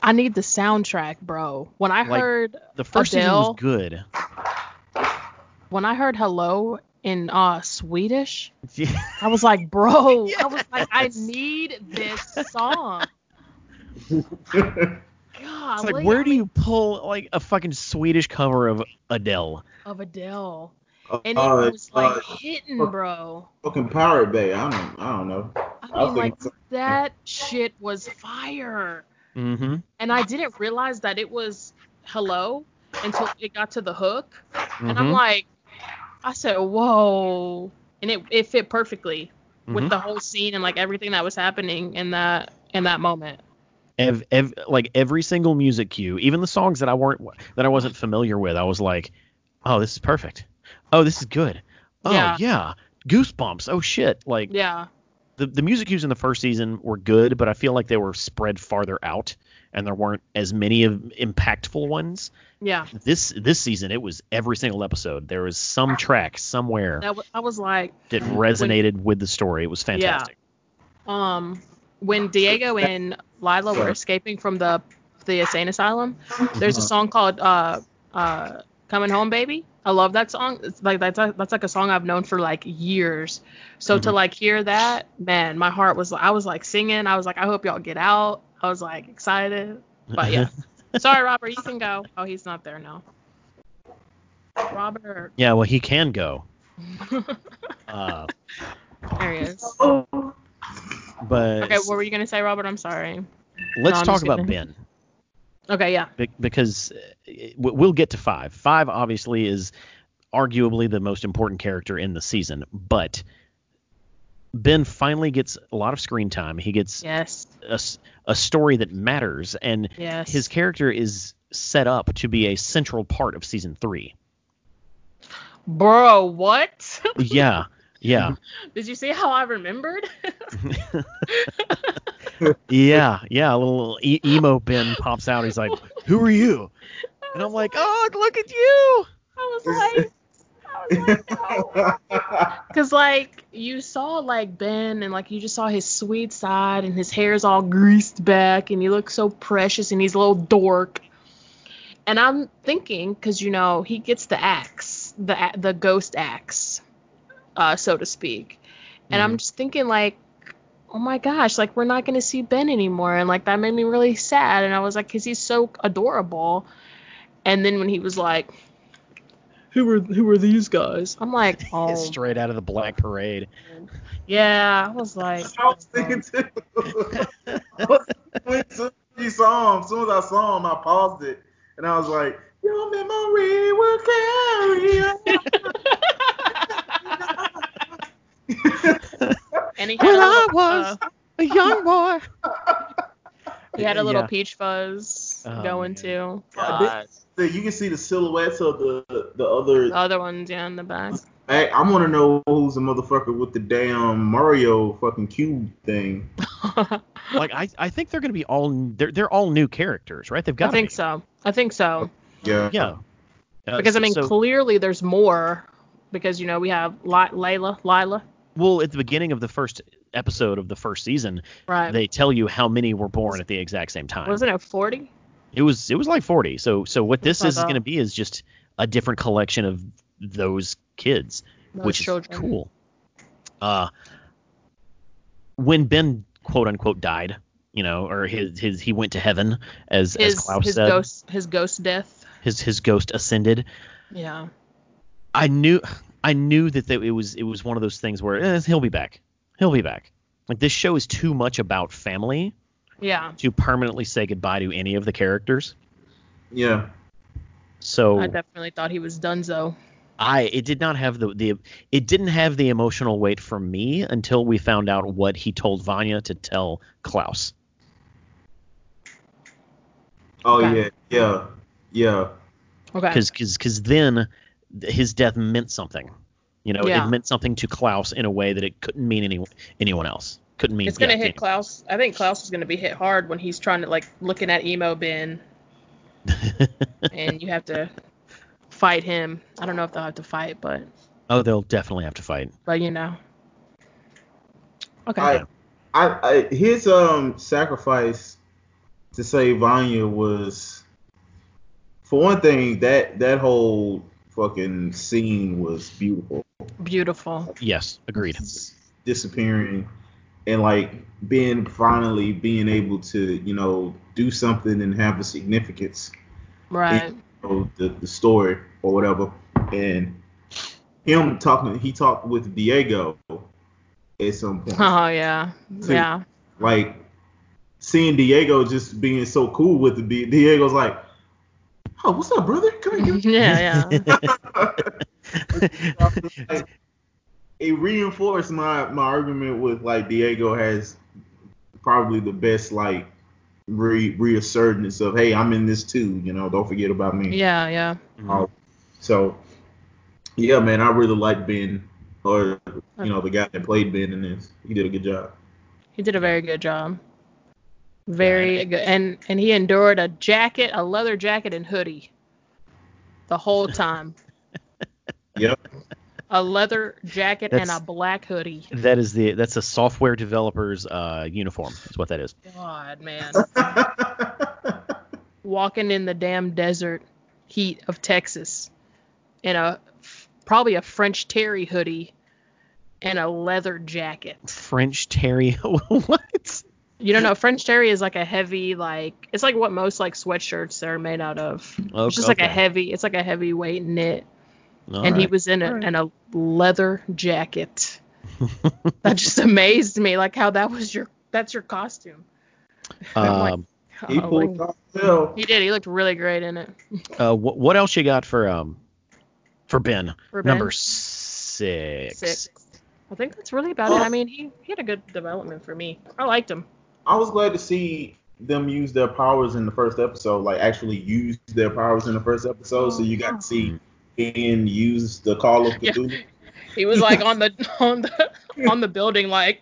Speaker 3: I need the soundtrack, bro. When I
Speaker 1: Like-
Speaker 3: heard
Speaker 1: The first season
Speaker 3: Adele.
Speaker 1: was good. (laughs)
Speaker 3: when I heard "Hello" in uh Swedish, I was like, (laughs) bro. I was like, I
Speaker 1: Yes.
Speaker 3: need this song. God,
Speaker 1: It's like, where do you pull like a fucking Swedish cover of Adele?
Speaker 3: of Adele?
Speaker 2: Uh,
Speaker 3: And
Speaker 2: uh,
Speaker 3: it was like
Speaker 2: uh,
Speaker 3: hitting,
Speaker 2: uh,
Speaker 3: bro.
Speaker 2: fucking Pirate Bay. I don't, I don't know.
Speaker 3: I mean, like
Speaker 2: think so.
Speaker 3: that shit was fire.
Speaker 1: Mm-hmm.
Speaker 3: and I didn't realize that it was hello until it got to the hook, and
Speaker 1: Mm-hmm.
Speaker 3: I'm like, I said, whoa, and it it fit perfectly with the whole scene and like everything that was happening in that in that moment.
Speaker 1: ev- ev- like every single music cue, even the songs that I weren't that I wasn't familiar with, I was like, oh, this is perfect. Oh, this is good. Oh
Speaker 3: Yeah.
Speaker 1: yeah, goosebumps. Oh shit, like
Speaker 3: Yeah.
Speaker 1: the, the music cues in the first season were good, but I feel like they were spread farther out, and there weren't as many of impactful ones.
Speaker 3: Yeah.
Speaker 1: This this season, it was every single episode. There was some track somewhere
Speaker 3: That w- I was like,
Speaker 1: that resonated with the story. It was fantastic.
Speaker 3: um, when Diego and Lila were
Speaker 2: Sorry.
Speaker 3: escaping from the the insane asylum, there's a song called uh uh Coming Home Baby. I love that song. It's like that's a, that's like a song I've known for like years. So to
Speaker 1: Mhm.
Speaker 3: like hear that, man, my heart was I was like singing. I was like, I hope y'all get out. I was like excited. But yeah. Sorry, Robert, you can go. Oh, he's not there now. Robert,
Speaker 1: yeah. Well, he can go.
Speaker 3: there
Speaker 1: Uh,
Speaker 3: he is.
Speaker 1: but
Speaker 3: Okay, what were you gonna say, Robert? I'm sorry. No,
Speaker 1: let's
Speaker 3: I'm
Speaker 1: talk
Speaker 3: just
Speaker 1: about
Speaker 3: gonna-
Speaker 1: Ben.
Speaker 3: Okay, yeah.
Speaker 1: be- because uh, w- we'll get to five. Five obviously is arguably the most important character in the season, but Ben finally gets a lot of screen time. He gets
Speaker 3: Yes.
Speaker 1: a s a a story that matters, and
Speaker 3: Yes.
Speaker 1: his character is set up to be a central part of season three.
Speaker 3: Bro, what? (laughs)
Speaker 1: yeah, yeah,
Speaker 3: Did you see how I remembered?
Speaker 1: yeah, yeah. A little e- emo Ben pops out. He's like, "Who are you?" And I'm like, "Oh, look at you!"
Speaker 3: I was like, I was like,
Speaker 2: (laughs)
Speaker 3: no. Cause like you saw like Ben and like you just saw his sweet side and his hair's all greased back and he looks so precious and he's a little dork. And I'm thinking, cause you know he gets the axe, the a- the ghost axe, uh, so to speak. And I'm just thinking like, oh my gosh, like we're not gonna see Ben anymore, and like that made me really sad. And I was like, cause he's so adorable. And then when he was like, who are who are these guys? I'm like, oh.
Speaker 1: It's straight out of the Black Parade.
Speaker 3: Yeah, I was like,
Speaker 2: I was thinking too. I was thinking too. He saw him. As soon as I saw him, I paused it and I was like, Your memory will carry
Speaker 3: and he had
Speaker 1: When
Speaker 3: a
Speaker 1: I
Speaker 3: little,
Speaker 1: was
Speaker 3: uh,
Speaker 1: a young boy.
Speaker 3: he had a little
Speaker 1: Yeah.
Speaker 3: peach fuzz
Speaker 1: Oh,
Speaker 3: going
Speaker 1: man.
Speaker 3: too.
Speaker 2: God. So you can see the silhouettes of the the
Speaker 3: The
Speaker 2: other.
Speaker 3: other ones, yeah, in the back. (laughs)
Speaker 2: Hey, I want to know who's the motherfucker with the damn Mario fucking cube thing.
Speaker 1: like I, I think they're going to be all they're they're all new characters, right? They've got.
Speaker 3: I think so. I think so.
Speaker 2: Yeah.
Speaker 1: Oh, Yeah. Uh,
Speaker 3: Because I mean,
Speaker 1: so,
Speaker 3: clearly there's more. Because you know we have Li- Layla, Lila,
Speaker 1: well, at the beginning of the first episode of the first season,
Speaker 3: right?
Speaker 1: they tell you how many were born at the exact same time.
Speaker 3: Wasn't it 40?
Speaker 1: It was it was like 40. So so what this
Speaker 3: That's what I
Speaker 1: is, is
Speaker 3: thought.
Speaker 1: going to be is just a different collection of those kids,
Speaker 3: Those
Speaker 1: which
Speaker 3: children.
Speaker 1: is cool. Uh, when Ben quote unquote died, you know, or his his he went to heaven as as
Speaker 3: His
Speaker 1: Klaus
Speaker 3: his
Speaker 1: said,
Speaker 3: ghost his ghost death.
Speaker 1: his his ghost ascended.
Speaker 3: Yeah.
Speaker 1: I knew I knew that they, it was it was one of those things where eh, he'll be back. He'll be back. Like this show is too much about family
Speaker 3: Yeah.
Speaker 1: to permanently say goodbye to any of the characters.
Speaker 2: Yeah.
Speaker 1: So
Speaker 3: I definitely thought he was Dunzo.
Speaker 1: I it did not have the the it didn't have the emotional weight for me until we found out what he told Vanya to tell Klaus.
Speaker 2: Oh
Speaker 3: Okay.
Speaker 2: yeah. Yeah.
Speaker 3: Okay.
Speaker 1: Because because then th- his death meant something. You know,
Speaker 3: Yeah.
Speaker 1: it meant something to Klaus in a way that it couldn't mean any, anyone else. Couldn't mean
Speaker 3: It's gonna
Speaker 1: yeah,
Speaker 3: hit Klaus. I think Klaus is gonna be hit hard when he's trying to like looking at
Speaker 1: (laughs)
Speaker 3: emo Ben, and you have to fight him. I don't know if they'll have to fight, but
Speaker 1: Oh, they'll definitely have to fight.
Speaker 3: but you know. Okay.
Speaker 2: I, I, I his um sacrifice to save Vanya was for one thing that that whole fucking scene was beautiful.
Speaker 3: Beautiful.
Speaker 1: Yes, agreed.
Speaker 2: Disappearing and like being finally being able to you know do something and have a significance
Speaker 3: Right. (laughs)
Speaker 2: of the, the story or whatever and him talking he talked with Diego at some point
Speaker 3: Oh yeah.
Speaker 2: So-
Speaker 3: Yeah. (laughs)
Speaker 2: like seeing Diego just being so cool with it. Di- Diego's like, "Oh, what's up, brother? Come here." Give
Speaker 1: (laughs)
Speaker 3: yeah. Yeah.
Speaker 2: me-" (laughs) like, it reinforced my my argument with like Diego has probably the best like re reassurance of, "Hey, I'm in this too. You know, don't forget about me."
Speaker 3: Yeah. Yeah.
Speaker 2: Uh, so yeah, man, I really like Ben, or you know, the guy that played Ben in this. He did a good job. (laughs)
Speaker 3: He did a very good job. Very good, and and he endured a jacket, a leather jacket and hoodie, the whole time.
Speaker 2: Yep.
Speaker 3: a leather jacket and
Speaker 1: That's-
Speaker 3: a black hoodie.
Speaker 1: That is the that's a software developer's uh, uniform. That's what that is.
Speaker 3: God, man, walking in the damn desert heat of Texas in a probably a French Terry hoodie and a leather jacket.
Speaker 1: French Terry. (laughs) what?
Speaker 3: You don't know French terry is like a heavy like it's like what most like sweatshirts are made out of.
Speaker 1: Oh,
Speaker 3: it's just like
Speaker 1: okay.
Speaker 3: a heavy it's like a heavyweight knit.
Speaker 1: All
Speaker 3: and he
Speaker 1: right.
Speaker 3: was in a
Speaker 1: All right.
Speaker 3: in a leather jacket.
Speaker 1: (laughs)
Speaker 3: that just amazed me like how that was your that's your costume. I'm like,
Speaker 1: Um,
Speaker 2: he
Speaker 3: Oh,
Speaker 2: pulled
Speaker 3: like-
Speaker 2: it off well.
Speaker 3: he did. He looked really great in it.
Speaker 1: uh, what, what else you got for um for Ben?
Speaker 3: For Ben.
Speaker 1: Number six.
Speaker 3: Six. I think that's really about it. I mean, he, he had a good development for me. I liked him.
Speaker 2: I was glad to see them use their powers in the first episode, like actually use their powers in the first episode. So you got to see Ben use the Call of
Speaker 3: (laughs) Yeah.
Speaker 2: Cthulhu,
Speaker 3: He
Speaker 1: (laughs)
Speaker 3: was like on the on the on the building like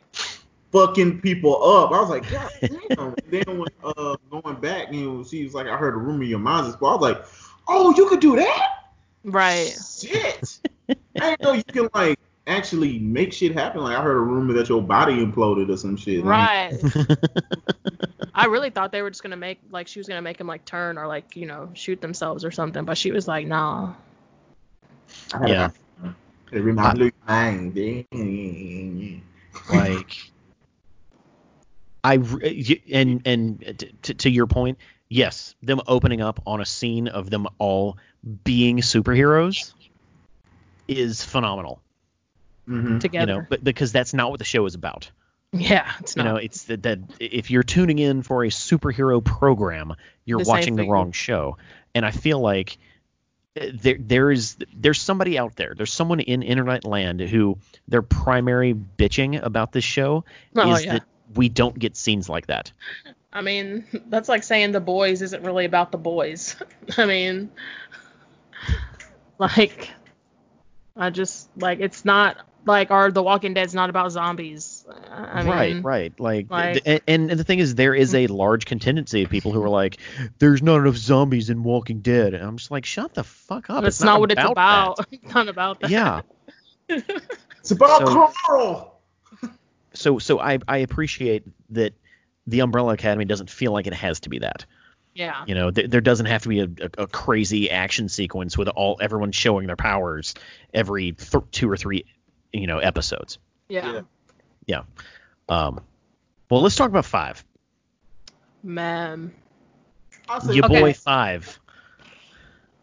Speaker 2: fucking people up. I was like, God damn. And then when uh, going back, you know, she was like, I heard a rumor your mind is well. I was like, Oh, you could do that?
Speaker 3: right.
Speaker 2: Shit. I didn't know you can like actually make shit happen. Like I heard a rumor that your body imploded or some shit. Like,
Speaker 1: (laughs)
Speaker 3: Right. I really thought they were just gonna make like she was gonna make him like turn or like you know shoot themselves or something, but she was like, nah.
Speaker 2: I had
Speaker 1: Yeah.
Speaker 2: It reminded me of mine.
Speaker 1: like I re- y- and and t- t- to your point, yes, them opening up on a scene of them all being superheroes is phenomenal.
Speaker 2: Mhm.
Speaker 3: Together.
Speaker 1: You know, but because that's not what the show is about.
Speaker 3: yeah, it's
Speaker 1: You
Speaker 3: not.
Speaker 1: know, it's that, that if you're tuning in for a superhero program, you're
Speaker 3: The same
Speaker 1: watching the
Speaker 3: thing.
Speaker 1: wrong show. And I feel like uh, there there is there's somebody out there, there's someone in internet land who their primary bitching about this show
Speaker 3: oh
Speaker 1: is
Speaker 3: yeah.
Speaker 1: that we don't get scenes like that.
Speaker 3: I mean, that's like saying the boys isn't really about the boys. (laughs) I mean, like, I just like it's not like our The Walking Dead's not about zombies. I mean,
Speaker 1: right, right. Like,
Speaker 3: like- Mm-hmm.
Speaker 1: th- and, and the thing is, there is a large contingency of people who are like, "There's not enough zombies in Walking Dead," and I'm just like, "Shut the fuck up!"
Speaker 3: That's not, what it's about. (laughs)
Speaker 1: that.
Speaker 3: it's not about that.
Speaker 1: yeah.
Speaker 2: It's about
Speaker 1: So-
Speaker 2: Carl.
Speaker 1: So, so I I appreciate that the Umbrella Academy doesn't feel like it has to be that.
Speaker 3: Yeah.
Speaker 1: You know, th- there doesn't have to be a, a, a crazy action sequence with all everyone showing their powers every th- two or three, you know, episodes.
Speaker 3: Yeah.
Speaker 2: Yeah.
Speaker 1: Yeah. Um, well, let's talk about five.
Speaker 3: Man.
Speaker 2: I said,
Speaker 1: Your
Speaker 3: Okay.
Speaker 1: boy five.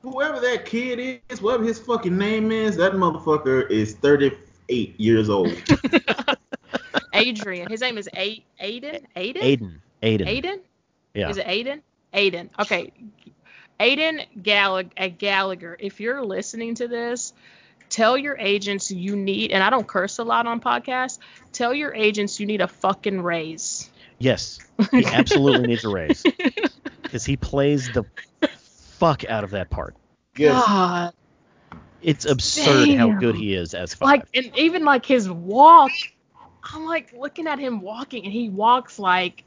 Speaker 2: whoever that kid is, whatever his fucking name is, that motherfucker is 38 years
Speaker 1: (laughs)
Speaker 2: old.
Speaker 3: Adrian. His name is A- Aiden? Aiden?
Speaker 1: Aiden. Aiden.
Speaker 3: Aiden?
Speaker 1: Yeah.
Speaker 3: Is it Aiden? Aiden. Okay. Aiden Gallag- uh, Gallagher, if you're listening to this, tell your agents you need, and I don't curse a lot on podcasts, tell your agents you need a fucking raise.
Speaker 1: Yes, he absolutely needs a
Speaker 3: (laughs)
Speaker 1: raise because he plays the fuck out of that part.
Speaker 2: Yes.
Speaker 3: God.
Speaker 1: It's absurd how
Speaker 3: Damn.
Speaker 1: good he is as five.
Speaker 3: Like, and even like his walk, I'm like looking at him walking, and he walks like,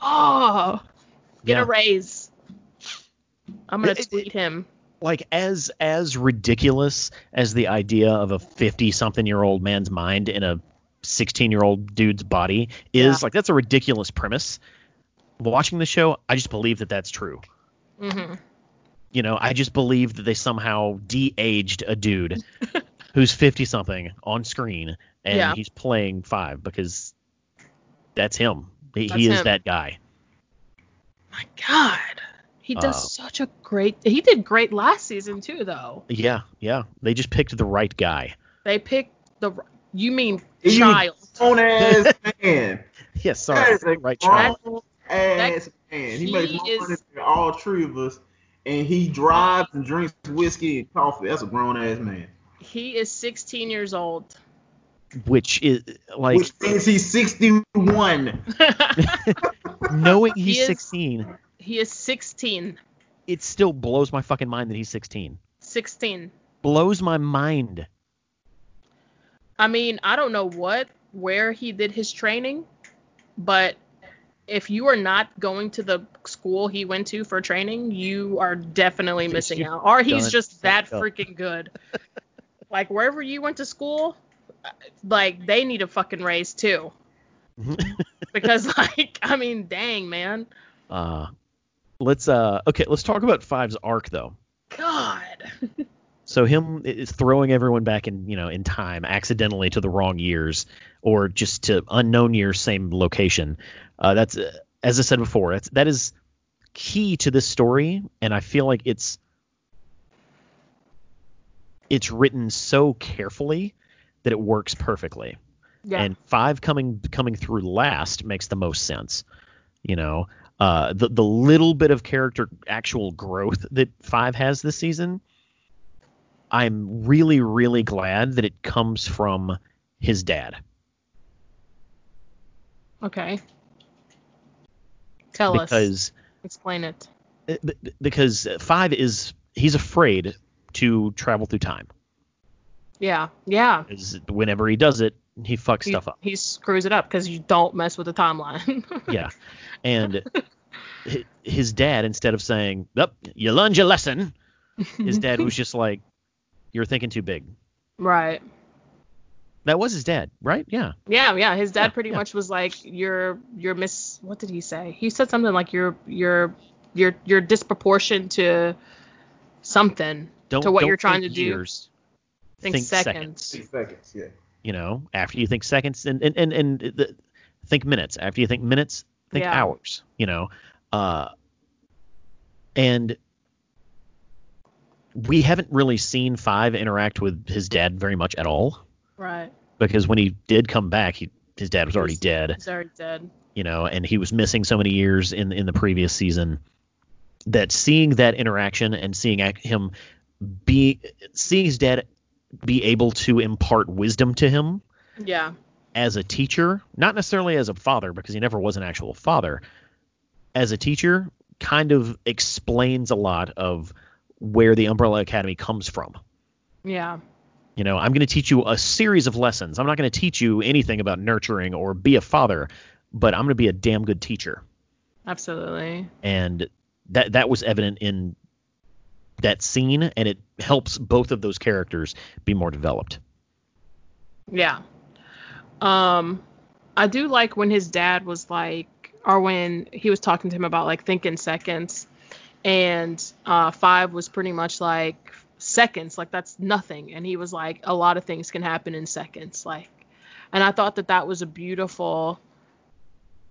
Speaker 3: oh, get
Speaker 1: Yeah.
Speaker 3: a raise. I'm going
Speaker 1: It-
Speaker 3: to
Speaker 1: it-
Speaker 3: tweet him.
Speaker 1: like as as ridiculous as the idea of a fifty something year old man's mind in a sixteen year old dude's body is.
Speaker 3: Yeah.
Speaker 1: Like that's a ridiculous premise. Watching the show, I just believe that that's true.
Speaker 3: Mm-hmm.
Speaker 1: You know, I just believe that they somehow de-aged a
Speaker 3: (laughs)
Speaker 1: dude who's 50 something on screen and
Speaker 3: Yeah.
Speaker 1: he's playing 5 because that's him. He,
Speaker 3: That's
Speaker 1: he is
Speaker 3: him.
Speaker 1: that guy.
Speaker 3: My God. He does
Speaker 1: Uh,
Speaker 3: such a great. He did great last season too, though.
Speaker 1: Yeah, yeah. They just picked the right guy.
Speaker 3: They picked the. You mean
Speaker 2: You
Speaker 3: child?
Speaker 1: (laughs)
Speaker 2: grown ass man.
Speaker 1: Yeah, sorry.
Speaker 2: That is
Speaker 1: the
Speaker 2: a
Speaker 1: right
Speaker 2: grown
Speaker 1: child.
Speaker 2: ass man. He,
Speaker 3: he
Speaker 2: makes more
Speaker 3: is-
Speaker 2: money than all three of us. And he drives and drinks whiskey and coffee. That's a grown ass man.
Speaker 3: He is 16 years old. (laughs)
Speaker 1: Which is
Speaker 2: (laughs)
Speaker 1: like
Speaker 2: Which means he's 61.
Speaker 3: (laughs)
Speaker 1: knowing
Speaker 3: He
Speaker 1: he's
Speaker 3: is-
Speaker 1: 16,
Speaker 3: he is 16.
Speaker 1: it still blows my fucking mind that he's 16.
Speaker 3: 16.
Speaker 1: blows my mind.
Speaker 3: I mean, I don't know what where he did his training, but if you are not going to the school he went to for training, you are definitely missing out. Or he's
Speaker 1: done
Speaker 3: just that
Speaker 1: fucked up.
Speaker 3: freaking good. (laughs) like wherever you went to school, uh, like they need a fucking raise too.
Speaker 1: Mm-hmm.
Speaker 3: (laughs) because like I mean, dang man,
Speaker 1: Uh, let's uh okay, let's talk about Five's arc though.
Speaker 3: God.
Speaker 1: So him is throwing everyone back in, you know, in time accidentally to the wrong years or just to unknown years, same location. Uh, that's uh, as I said before, that's that is key to this story, and I feel like it's it's written so carefully that it works perfectly.
Speaker 3: Yeah.
Speaker 1: And five coming coming through last makes the most sense. You know, uh, the the little bit of character actual growth that five has this season, I'm really really glad that it comes from his dad
Speaker 3: okay. Tell us.
Speaker 1: because
Speaker 3: Explain it.
Speaker 1: uh, b- b- because five is he's afraid to travel through time.
Speaker 3: Yeah. Yeah.
Speaker 1: 'Cause Whenever he does it, he fucks
Speaker 3: He,
Speaker 1: stuff up.
Speaker 3: he screws it up because you don't mess with the timeline. (laughs)
Speaker 1: yeah. And hi- his dad, instead of saying, "Up, you learned your lesson," his dad was just like, "You're thinking too big."
Speaker 3: right.
Speaker 1: That was his dad, right? Yeah.
Speaker 3: Yeah, yeah. His dad
Speaker 1: Yeah,
Speaker 3: pretty
Speaker 1: yeah.
Speaker 3: much was like, "You're, you're miss. What did he say? He said something like, "You're, you're, you're, you're disproportioned to something
Speaker 1: Don't
Speaker 3: to what
Speaker 1: don't
Speaker 3: you're trying to
Speaker 1: think
Speaker 3: do.
Speaker 1: years,
Speaker 3: Think,
Speaker 1: think
Speaker 3: seconds.
Speaker 2: Six seconds, yeah.
Speaker 1: You know, after you think seconds, and and and, and the, think minutes. After you think minutes, think
Speaker 3: Yeah.
Speaker 1: hours. You know, uh, and we haven't really seen Five interact with his dad very much at all
Speaker 3: Right.
Speaker 1: because when he did come back, he his dad was already
Speaker 3: He's-
Speaker 1: dead.
Speaker 3: He's already dead.
Speaker 1: you know, and he was missing so many years in in the previous season that seeing that interaction and seeing ac- him be seeing his dad be able to impart wisdom to him
Speaker 3: Yeah.
Speaker 1: as a teacher, not necessarily as a father because he never was an actual father, as a teacher kind of explains a lot of where the Umbrella Academy comes from.
Speaker 3: Yeah.
Speaker 1: You know, I'm going to teach you a series of lessons. I'm not going to teach you anything about nurturing or be a father, but I'm going to be a damn good teacher
Speaker 3: Absolutely.
Speaker 1: and that that was evident in that scene and it helps both of those characters be more developed
Speaker 3: Yeah. Um, I do like when his dad was like, or when he was talking to him about like thinking seconds, and uh, Five was pretty much like seconds, like that's nothing, and he was like, a lot of things can happen in seconds, like, and I thought that that was a beautiful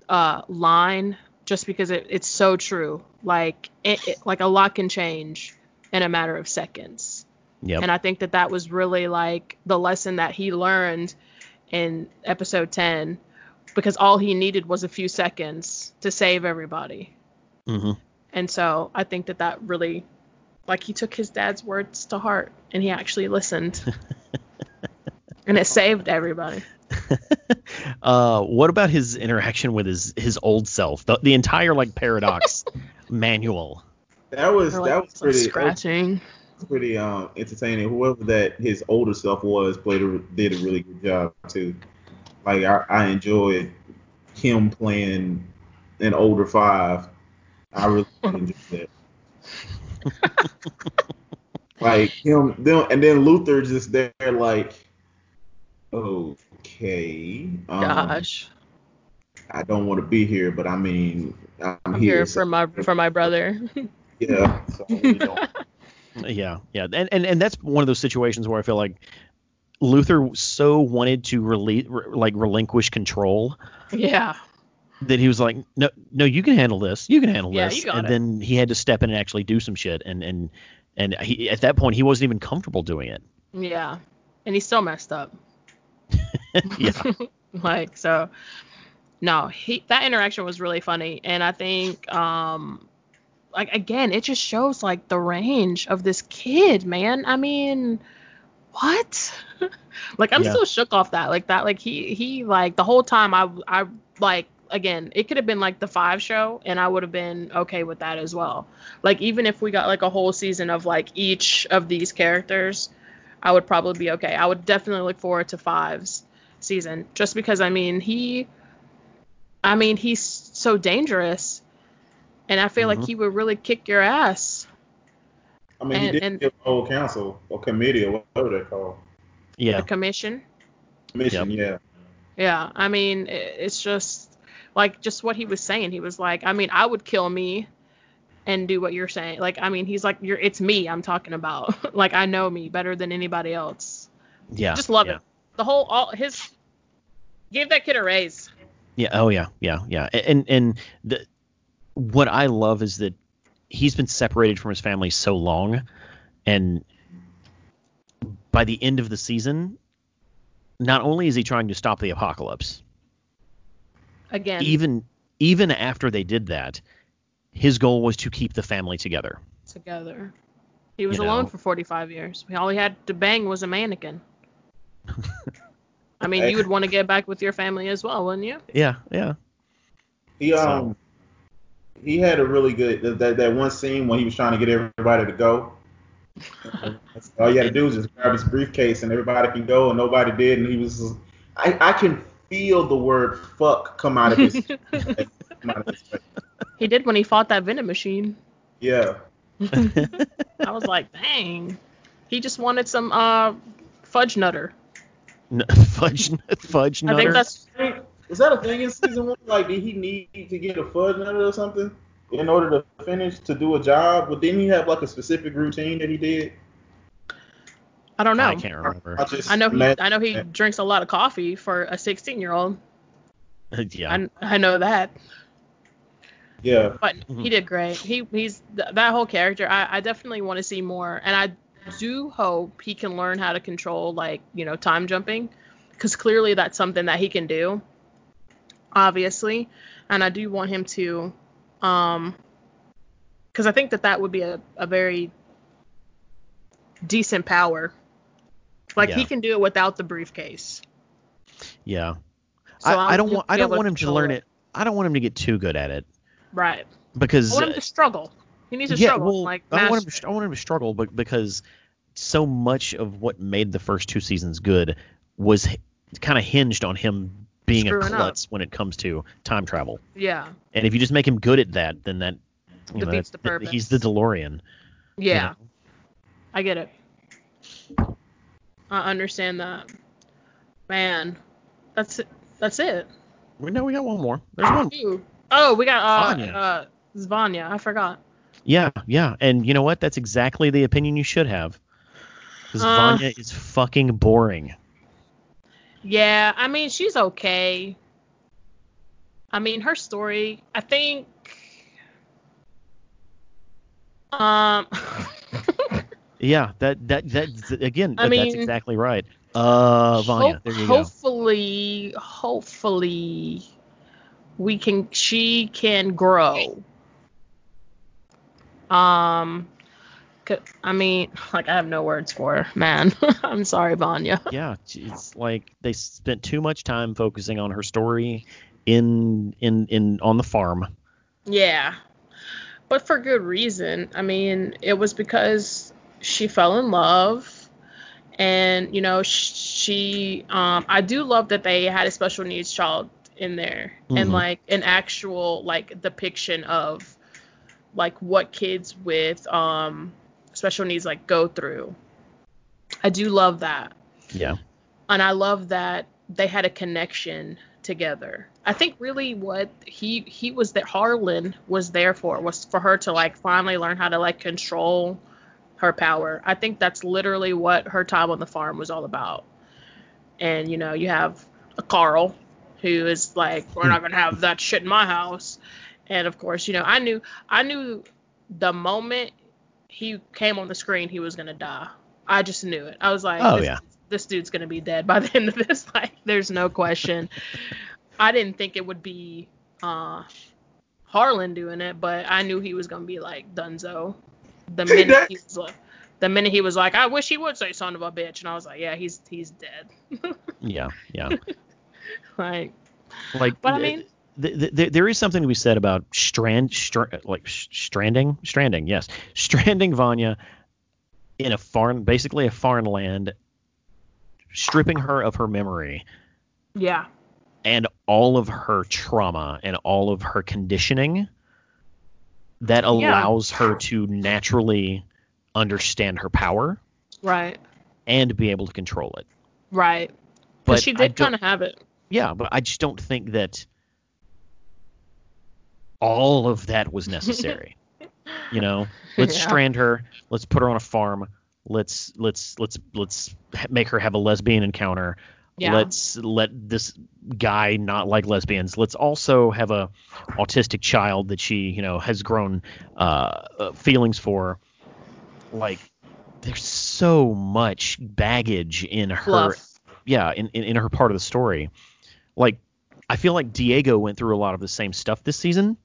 Speaker 3: uh, line, just because it, it's so true, like, it, it, like a lot can change in a matter of seconds.
Speaker 1: yep
Speaker 3: And I think that that was really like the lesson that he learned in episode 10 because all he needed was a few seconds to save everybody.
Speaker 1: hmm
Speaker 3: And so I think that that really like he took his dad's words to heart and he actually listened. and it saved everybody.
Speaker 1: (laughs) uh what about his interaction with his his old self the, the entire like
Speaker 3: (laughs)
Speaker 1: paradox manual
Speaker 2: That was
Speaker 3: Or, like,
Speaker 2: that was
Speaker 3: some
Speaker 2: pretty that was
Speaker 3: scratching.
Speaker 2: pretty um entertaining. Whoever that his older self was played a, did a really good job too. Like I, I enjoyed him playing an older five. I
Speaker 3: (laughs)
Speaker 2: really enjoyed that. like him then and then Luther just there like okay um,
Speaker 3: Gosh.
Speaker 2: I don't want to be here but I mean I'm,
Speaker 3: I'm
Speaker 2: here,
Speaker 3: here
Speaker 2: so-
Speaker 3: for my for my brother. (laughs)
Speaker 2: yeah so you know
Speaker 1: yeah yeah and, and and that's one of those situations where i feel like luther so wanted to rele- re- like relinquish control
Speaker 3: yeah.
Speaker 1: that he was like, no, no, you can handle this. You can handle
Speaker 3: Yeah,
Speaker 1: this.
Speaker 3: you got
Speaker 1: and
Speaker 3: it.
Speaker 1: then he had to step in and actually do some shit. And and and he, at that point, he wasn't even comfortable doing it.
Speaker 3: Yeah. And he still messed up.
Speaker 1: (laughs) yeah.
Speaker 3: (laughs) like so no he that interaction was really funny and i think um like again it just shows like the range of this kid man i mean what (laughs) like i'm
Speaker 1: Yeah.
Speaker 3: still shook off that like that like he he like the whole time i i like again it could have been like the five show and i would have been okay with that as well like even if we got like a whole season of like each of these characters I would probably be okay. I would definitely look forward to five's season just because I mean he, I mean he's so dangerous, and I feel
Speaker 1: Mhm.
Speaker 3: like he would really kick your ass.
Speaker 2: I mean,
Speaker 3: And-
Speaker 2: he did
Speaker 3: and-
Speaker 2: give whole council or committee or whatever they call
Speaker 1: Yeah.
Speaker 3: The commission.
Speaker 2: it. commission. Yeah,
Speaker 3: Yeah, I mean, i- it's just like just what he was saying. He was like, I mean, I would kill me and do what you're saying. Like, I mean, he's like, you're it's me I'm talking about. (laughs) like, I know me better than anybody else.
Speaker 1: Yeah.
Speaker 3: just love
Speaker 1: yeah.
Speaker 3: it. The whole all his give that kid a raise.
Speaker 1: Yeah. Oh yeah. Yeah. Yeah. A- And and the what I love is that he's been separated from his family so long, and by the end of the season, not only is he trying to stop the apocalypse,
Speaker 3: Again,
Speaker 1: even even after they did that, his goal was to keep the family together.
Speaker 3: together. He was
Speaker 1: You know.
Speaker 3: alone for 45 years. All he had to bang was a mannequin. I mean, you would want to get back with your family as well, wouldn't you?
Speaker 1: Yeah. Yeah.
Speaker 2: he um he had a really good that- that that one scene when he was trying to get everybody to go. All you had to do was just grab his briefcase and everybody can go, and nobody did, and he was. I I can feel the word fuck come out of
Speaker 3: (laughs)
Speaker 2: his. come out of his face.
Speaker 3: He did when he fought that vending machine.
Speaker 2: Yeah.
Speaker 3: I was like, dang. He just wanted some uh fudge nutter.
Speaker 1: N- (laughs) fudge. Fudge.
Speaker 3: I think
Speaker 1: nutter.
Speaker 3: that's
Speaker 2: Is that a thing in season one? Like, did he need to get a fudge nut or something in order to finish to do a job? But didn't he have like a specific routine that he did?
Speaker 3: I don't know.
Speaker 1: I can't remember.
Speaker 2: just
Speaker 3: I know he
Speaker 2: imagine
Speaker 3: I know he
Speaker 2: that.
Speaker 3: drinks a lot of coffee for a 16 year old.
Speaker 1: (laughs) yeah.
Speaker 3: I, I know that.
Speaker 2: Yeah,
Speaker 3: but
Speaker 1: Mhm.
Speaker 3: he did great. He he's th- that whole character. I, I definitely want to see more, and I do hope he can learn how to control like you know time jumping, because clearly that's something that he can do. Obviously, and I do want him to, um, because I think that that would be a, a very decent power. Like he
Speaker 1: Yeah.
Speaker 3: can do it without the briefcase.
Speaker 1: yeah.
Speaker 3: So
Speaker 1: I, I don't
Speaker 3: he'll
Speaker 1: want. I
Speaker 3: be
Speaker 1: don't
Speaker 3: able
Speaker 1: want him to
Speaker 3: control
Speaker 1: learn it. I don't want him to get too good at it
Speaker 3: Right. I
Speaker 1: because
Speaker 3: want him
Speaker 1: uh,
Speaker 3: to struggle. He needs to struggle. like
Speaker 1: I want,
Speaker 3: master
Speaker 1: him to, I want him to struggle, but because so much of what made the first two seasons good was kind of hinged on him being a
Speaker 3: Screwing up.
Speaker 1: klutz when it comes to time travel.
Speaker 3: it. Yeah.
Speaker 1: And if you just make him good at that, then that you know,
Speaker 3: Defeats
Speaker 1: that-
Speaker 3: the
Speaker 1: that-
Speaker 3: purpose.
Speaker 1: he's the DeLorean.
Speaker 3: Yeah.
Speaker 1: know?
Speaker 3: I get it. I understand that. Man, that's it. That's it.
Speaker 1: We know we got one more. There's one.
Speaker 3: Ooh. Oh, we got uh,
Speaker 1: Vanya.
Speaker 3: uh Zvanya. I forgot.
Speaker 1: Yeah, yeah. And you know what? That's exactly the opinion you should have. Because
Speaker 3: Uh.
Speaker 1: Vanya is fucking boring.
Speaker 3: Yeah, I mean she's okay. I mean her story. I think.
Speaker 1: (laughs)
Speaker 3: Um. (laughs)
Speaker 1: Yeah, that that that again.
Speaker 3: I
Speaker 1: that's
Speaker 3: mean-
Speaker 1: exactly right. Uh, Vanya.
Speaker 3: Hope-
Speaker 1: there you go.
Speaker 3: hopefully, hopefully, we can. She can grow. Um, c- I mean, like I have no words for her, man. (laughs) I'm sorry, Vanya.
Speaker 1: yeah it's like they spent too much time focusing on her story in in in on the farm
Speaker 3: Yeah, but for good reason. I mean, it was because she fell in love, and you know, sh- she. Um, I do love that they had a special needs child in there, and
Speaker 1: Mhm.
Speaker 3: like an actual like depiction of like what kids with um special needs like go through. I do love that
Speaker 1: yeah
Speaker 3: and I love that they had a connection together. I think really what he he was that Harlan was there for was for her to like finally learn how to like control her power. I think that's literally what her time on the farm was all about. And you know, you have a Carl who is like, we're
Speaker 1: Hmm.
Speaker 3: not gonna have that shit in my house. And of course, you know, I knew I knew the moment he came on the screen he was gonna die. I just knew it. I was like,
Speaker 1: Oh,
Speaker 3: this,
Speaker 1: yeah.
Speaker 3: this dude's gonna be dead by (laughs) the end of this. Like, there's no question. I didn't think it would be uh Harlan doing it, but I knew he was gonna be like Dunzo. The minute he was like, the minute he was like, I wish he would say son of a bitch, and I was like, yeah, he's he's dead.
Speaker 1: yeah yeah
Speaker 3: Like,
Speaker 1: like
Speaker 3: but I mean,
Speaker 1: th- th- th- there is something to be said about (laughs) strand str- like sh- stranding stranding yes stranding vanya in a foreign, basically a foreign land, stripping her of her memory
Speaker 3: Yeah.
Speaker 1: and all of her trauma and all of her conditioning that allows her to naturally understand her power
Speaker 3: Right.
Speaker 1: and be able to control it.
Speaker 3: Right.
Speaker 1: But
Speaker 3: Because she
Speaker 1: I
Speaker 3: did
Speaker 1: don't-
Speaker 3: kind of have it.
Speaker 1: yeah, but I just don't think that all of that was
Speaker 3: (laughs)
Speaker 1: necessary. you know, let's
Speaker 3: Yeah.
Speaker 1: strand her. Let's put her on a farm. Let's let's let's let's ha- make her have a lesbian encounter.
Speaker 3: Yeah.
Speaker 1: Let's let this guy not like lesbians. Let's also have a autistic child that she you know has grown uh, uh, feelings for. Like, there's so much baggage in her
Speaker 3: Fluff.
Speaker 1: yeah, in, in, in her part of the story. Like, I feel like Diego went through a lot of the same stuff this season,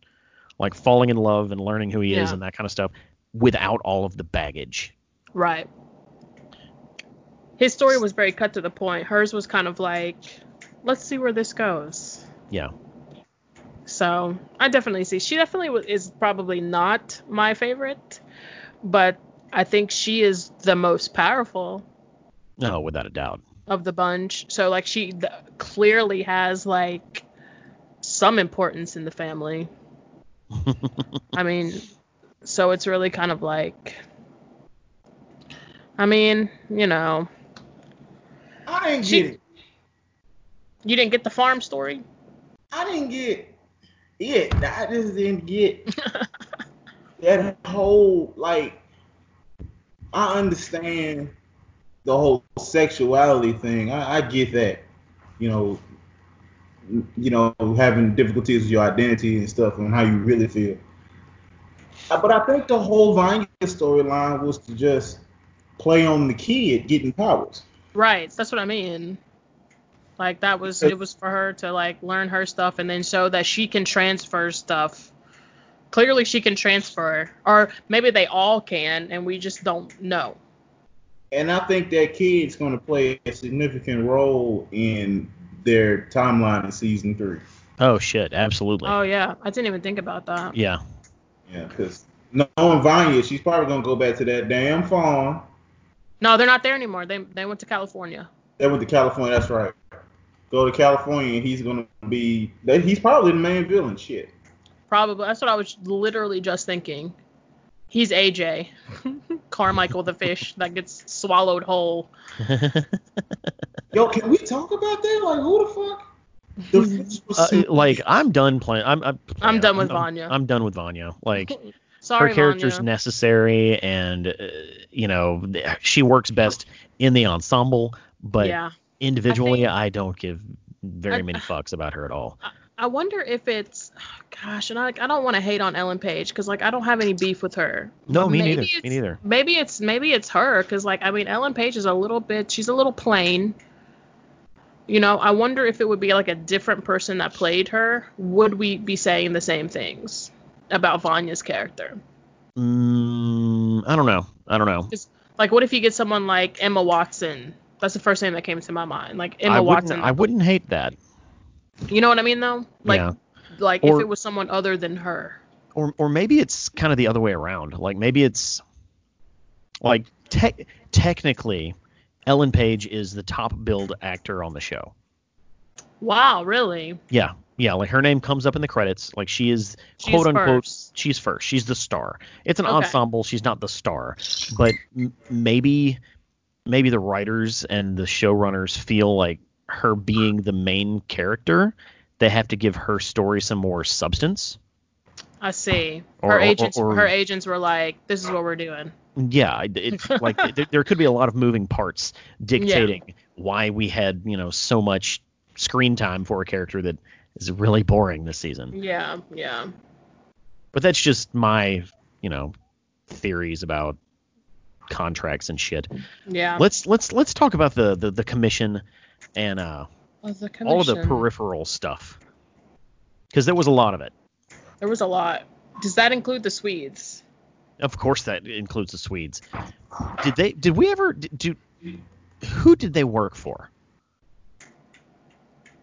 Speaker 1: like falling in love and learning who he is
Speaker 3: Yeah.
Speaker 1: and that kind of stuff, without all of the baggage.
Speaker 3: Right. His story was very cut to the point. Hers was kind of like, let's see where this goes.
Speaker 1: Yeah.
Speaker 3: So I definitely see. She definitely wa- is probably not my favorite, but I think she is the most powerful
Speaker 1: No, Oh, without a doubt. (laughs)
Speaker 3: of the bunch. So like she th- clearly has like some importance in the family. I mean, so it's really kind of like I mean, you know,
Speaker 2: I didn't
Speaker 3: She-
Speaker 2: get it.
Speaker 3: you didn't get the farm story.
Speaker 2: I didn't get it. I just didn't get that whole like. I understand the whole sexuality thing. I, I get that. You know, n- you know, having difficulties with your identity and stuff and how you really feel. Uh, But I think the whole Vanya storyline was to just play on the kid getting powers.
Speaker 3: Right, that's what I mean. Like that was it was for her to like learn her stuff and then show that she can transfer stuff. Clearly she can transfer or maybe they all can and we just don't know.
Speaker 2: And I think that kid's going to play a significant role in their timeline in season three.
Speaker 1: Oh shit, absolutely.
Speaker 3: Oh yeah, I didn't even think about that. (laughs)
Speaker 1: yeah.
Speaker 2: Yeah, because knowing Vanya, she's probably going to go back to that damn farm.
Speaker 3: No, they're not there anymore. They they went to California.
Speaker 2: They went to California. That's right. Go to California, and he's going to be. That, he's probably the main villain. Shit.
Speaker 3: Probably that's what I was literally just thinking. He's
Speaker 1: (laughs)
Speaker 3: AJ, Carmichael the fish that gets swallowed whole.
Speaker 1: Uh,
Speaker 2: Yo, can we talk about that? Like, who the fuck? The fish was
Speaker 1: Uh,
Speaker 2: super-
Speaker 1: like I'm done playing. I'm I'm,
Speaker 3: I'm done with
Speaker 1: I'm-
Speaker 3: Vanya. (laughs)
Speaker 1: I'm done with Vanya. Like
Speaker 3: Sorry,
Speaker 1: her character's
Speaker 3: Vanya.
Speaker 1: necessary, and uh, you know th- she works best in the ensemble. But
Speaker 3: yeah.
Speaker 1: individually,
Speaker 3: think- Uh,
Speaker 1: I don't give very
Speaker 3: I- (laughs)
Speaker 1: many fucks about her at all.
Speaker 3: I wonder if it's, (sighs) gosh, and I, I don't want to hate on Ellen Page because like I don't have any beef with her.
Speaker 1: No,
Speaker 3: But
Speaker 1: me
Speaker 3: maybe
Speaker 1: neither.
Speaker 3: it's-
Speaker 1: Me neither.
Speaker 3: Maybe it's maybe it's her because like I mean Ellen Page is a little bit, she's a little plain. You know, I wonder if it would be like a different person that played her. Would we be saying the same things about Vanya's character?
Speaker 1: Mm, I don't know. I don't know.
Speaker 3: Like, what if you get someone like Emma Watson? That's the first name that came to my mind. Like Emma
Speaker 1: I wouldn't.
Speaker 3: Watson.
Speaker 1: I wouldn't hate that.
Speaker 3: you know what I mean though? Like,
Speaker 1: yeah.
Speaker 3: like
Speaker 1: Or-
Speaker 3: if it was someone other than her.
Speaker 1: Or or maybe it's kind of the other way around. Like maybe it's like te- technically, Ellen Page is the top billed actor on the show.
Speaker 3: Wow, really?
Speaker 1: Yeah. Yeah. Like her name comes up in the credits. Like she is
Speaker 3: She's
Speaker 1: quote unquote.
Speaker 3: first.
Speaker 1: She's first. She's the star. It's an
Speaker 3: Okay.
Speaker 1: ensemble. She's not the star, but m- maybe maybe the writers and the showrunners feel like her being the main character, they have to give her story some more substance.
Speaker 3: I see.
Speaker 1: Or-
Speaker 3: her
Speaker 1: or-
Speaker 3: agents,
Speaker 1: or-
Speaker 3: her agents were like, "This is what we're doing."
Speaker 1: Yeah, it, it, like there, there could be a lot of moving parts dictating why we had you know so much screen time for a character that is really boring this season.
Speaker 3: Yeah, yeah.
Speaker 1: But that's just my, you know, theories about contracts and shit.
Speaker 3: Yeah.
Speaker 1: Let's let's let's talk about the the, the commission and uh,
Speaker 3: Of the
Speaker 1: all of the
Speaker 3: commission.
Speaker 1: peripheral stuff because there was a lot of it.
Speaker 3: There was a lot. Does that include the Swedes?
Speaker 1: Of course, that includes the Swedes. Did they? Did we ever? Did, do who did they work for?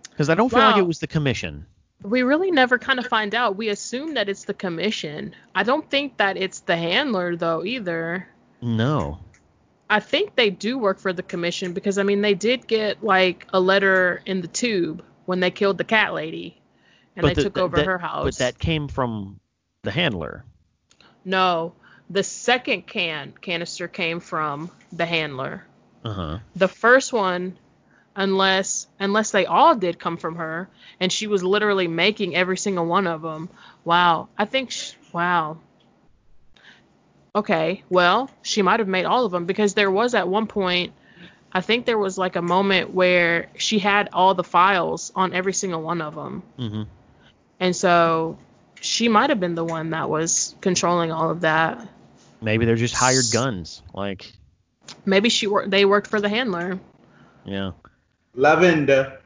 Speaker 1: Because I don't feel like
Speaker 3: Wow.
Speaker 1: it was the commission.
Speaker 3: We really never kind of find out. We assume that it's the commission. I don't think that it's the handler though either.
Speaker 1: No.
Speaker 3: I think they do work for the commission because I mean they did get like a letter in the tube when they killed the cat lady and they
Speaker 1: the-
Speaker 3: took
Speaker 1: th-
Speaker 3: over
Speaker 1: that-
Speaker 3: her house.
Speaker 1: But that came from the handler.
Speaker 3: No, the second can canister came from the handler.
Speaker 1: Uh huh.
Speaker 3: The first one, unless unless they all did come from her, and she was literally making every single one of them. Wow, I think sh wow. Okay, well she might have made all of them because there was at one point. I think there was like a moment where she had all the files on every single one of them.
Speaker 1: Mm-hmm.
Speaker 3: And so she might have been the one that was controlling all of that.
Speaker 1: Maybe they're just hired
Speaker 3: S-
Speaker 1: guns. Like,
Speaker 3: Maybe she worked. They worked for the handler. (laughs)
Speaker 1: yeah.
Speaker 2: Lavender.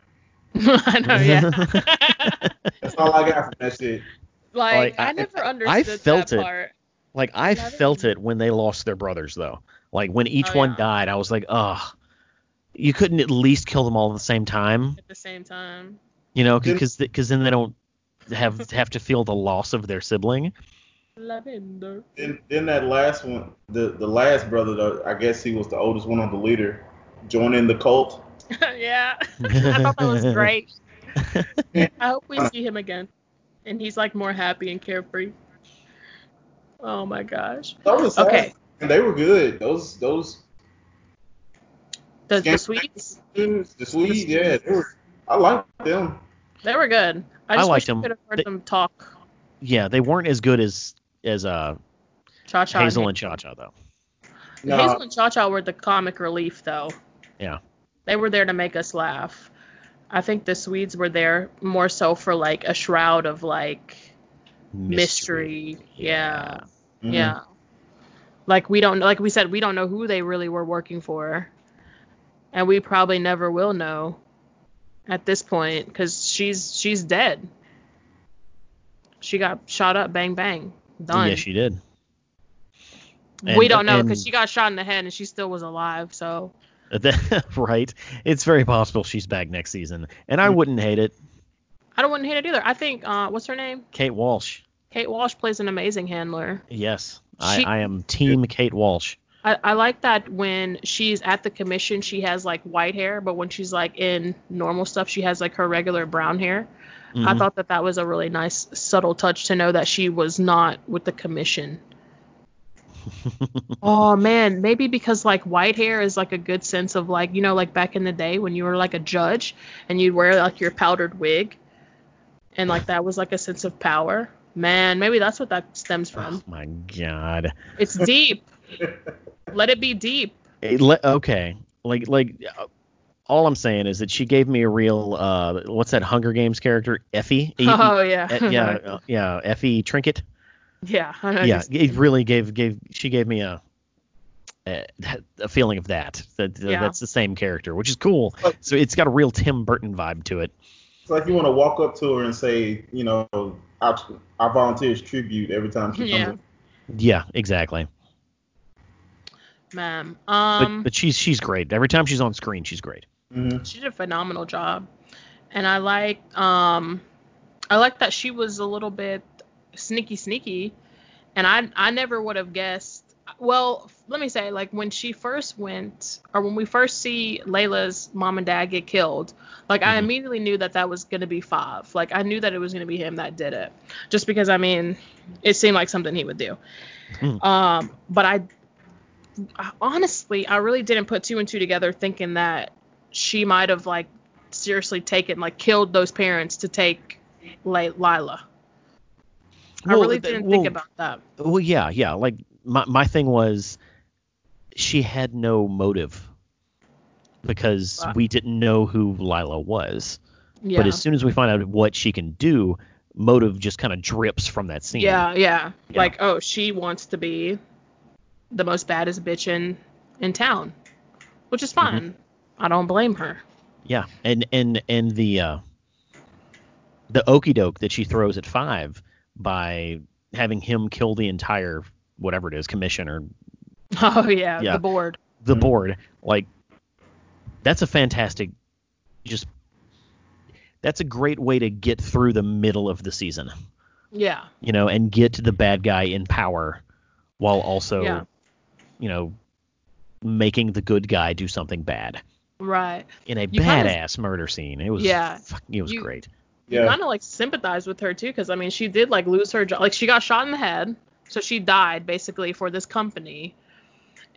Speaker 3: I know,
Speaker 1: (laughs)
Speaker 3: Oh, yeah.
Speaker 2: That's all I got from that shit.
Speaker 3: like
Speaker 1: I-
Speaker 3: I,
Speaker 1: I-
Speaker 3: never understood
Speaker 1: felt
Speaker 3: that
Speaker 1: it.
Speaker 3: part.
Speaker 1: Like I
Speaker 3: Yeah, I don't
Speaker 1: felt it when they lost their brothers, though. Like when each
Speaker 3: Oh,
Speaker 1: one
Speaker 3: yeah.
Speaker 1: died, I was like, ugh. You couldn't at least kill them all at the same time,
Speaker 3: At the same time,
Speaker 1: you know,
Speaker 2: Didn't-
Speaker 1: because because then they don't have have to feel the loss of their sibling.
Speaker 3: lavender.
Speaker 2: Then, then that last one, the the last brother, though, I guess he was the oldest one on the leader, joining the cult.
Speaker 3: (laughs) yeah, I thought that was great. I hope we see him again, and he's like more happy and carefree. Oh my gosh,
Speaker 2: That was sad.
Speaker 3: Okay.
Speaker 2: And they were good. Those those
Speaker 3: the, the
Speaker 2: Scam-
Speaker 3: sweets
Speaker 2: dudes, the Swedes, yeah, they were, I liked them.
Speaker 3: they were good. I
Speaker 1: I
Speaker 3: just
Speaker 1: liked
Speaker 3: wish we
Speaker 1: them.
Speaker 3: could have heard
Speaker 1: They-
Speaker 3: them talk.
Speaker 1: (laughs) yeah, they weren't as good as as uh
Speaker 3: Cha cha.
Speaker 1: Hazel and Cha Cha though.
Speaker 2: No,
Speaker 3: Hazel and Cha Cha were the comic relief, though.
Speaker 1: Yeah.
Speaker 3: They were there to make us laugh. I think the Swedes were there more so for like a shroud of like mystery. Yeah.
Speaker 2: mm,
Speaker 3: Yeah. Mm-hmm. Like we don't like we said we don't know who they really were working for. And we probably never will know at this point cuz she's she's dead. She got shot up bang bang. Done.
Speaker 1: Yeah, she did. (laughs)
Speaker 3: we
Speaker 1: And-
Speaker 3: don't know
Speaker 1: and-
Speaker 3: cuz she got shot in the head and she still was alive, so
Speaker 1: right. It's very possible she's back next season, and I
Speaker 2: Mhm.
Speaker 1: wouldn't hate it.
Speaker 3: I don't want to hate it either. I think uh, what's her name?
Speaker 1: Kate Walsh.
Speaker 3: Kate Walsh plays an amazing handler.
Speaker 1: Yes, I,
Speaker 3: She-
Speaker 1: I am Team Kate Walsh.
Speaker 3: I, I like that when she's at the commission, she has like white hair, but when she's like in normal stuff, she has like her regular brown hair. I
Speaker 1: Mhm.
Speaker 3: thought that that was a really nice subtle touch to know that she was not with the
Speaker 1: (laughs)
Speaker 3: commission. oh man, maybe because like white hair is like a good sense of like you know like back in the day when you were like a judge and you'd wear like your powdered wig, and like that was like a sense of power. Man, maybe that's what that stems
Speaker 1: Oh (sighs)
Speaker 3: from.
Speaker 1: my god.
Speaker 3: It's deep. Let it be deep.
Speaker 1: It le- okay, like like uh, all I'm saying is that she gave me a real uh what's that Hunger Games character Effie? E-
Speaker 3: (laughs) Oh yeah.
Speaker 1: E- yeah, uh, yeah, Effie Trinket.
Speaker 3: (laughs) yeah. I know
Speaker 1: yeah,
Speaker 3: just-
Speaker 1: it really gave gave she gave me a a, a feeling of that. That that-
Speaker 3: Yeah.
Speaker 1: that's the same character, which is cool.
Speaker 2: But-
Speaker 1: So it's got a real Tim Burton vibe to it.
Speaker 2: it's like you want to walk up to her and say, you know, I, I volunteer as tribute every time she comes.
Speaker 3: Yeah.
Speaker 2: in.
Speaker 1: Yeah, exactly.
Speaker 3: Ma'am.
Speaker 1: But
Speaker 3: Um.
Speaker 1: but she's she's great. Every time she's on screen, she's great.
Speaker 2: Mhm.
Speaker 3: she did a phenomenal job and i like um i like that she was a little bit sneaky sneaky and i i never would have guessed well let me say like when she first went or when we first see layla's mom and dad get killed like i
Speaker 1: Mhm.
Speaker 3: immediately knew that that was going to be five like i knew that it was going to be him that did it just because i mean it seemed like something he would do
Speaker 1: Hmm.
Speaker 3: um but i I- honestly, I really didn't put two and two together, thinking that she might have like seriously taken like killed those parents to take Lay- Lila. I
Speaker 1: Well,
Speaker 3: really
Speaker 1: th-
Speaker 3: didn't
Speaker 1: well,
Speaker 3: think about that.
Speaker 1: Well, yeah, yeah. Like my my thing was, she had no motive because
Speaker 3: Right.
Speaker 1: we didn't know who Lila was.
Speaker 3: Uh, Yeah.
Speaker 1: But as soon as we find out what she can do, motive just kind of drips from that scene.
Speaker 3: yeah, yeah,
Speaker 1: Yeah.
Speaker 3: Like, oh, she wants to be the most baddest bitch in in town, which is
Speaker 1: Mm-hmm.
Speaker 3: fine. I don't blame her. (laughs)
Speaker 1: Yeah, and and and the uh, the okey doke that she throws at five by having him kill the entire whatever it is commission or
Speaker 3: Oh yeah,
Speaker 1: Yeah.
Speaker 3: the board.
Speaker 1: the
Speaker 2: Mhm.
Speaker 1: board like that's a fantastic just that's a great way to get through the middle of the season
Speaker 3: Yeah,
Speaker 1: you know and get the bad guy in power while also
Speaker 3: Yeah.
Speaker 1: you know making the good guy do something bad
Speaker 3: Right.
Speaker 1: in a
Speaker 3: You kinda-
Speaker 1: badass murder scene. It was
Speaker 3: Yeah.
Speaker 1: fuck- it was
Speaker 3: You-
Speaker 1: great.
Speaker 3: You
Speaker 2: Yeah.
Speaker 3: kind of like sympathize with her too, because I mean, she did like lose her job. Like she got shot in the head, so she died basically for this company.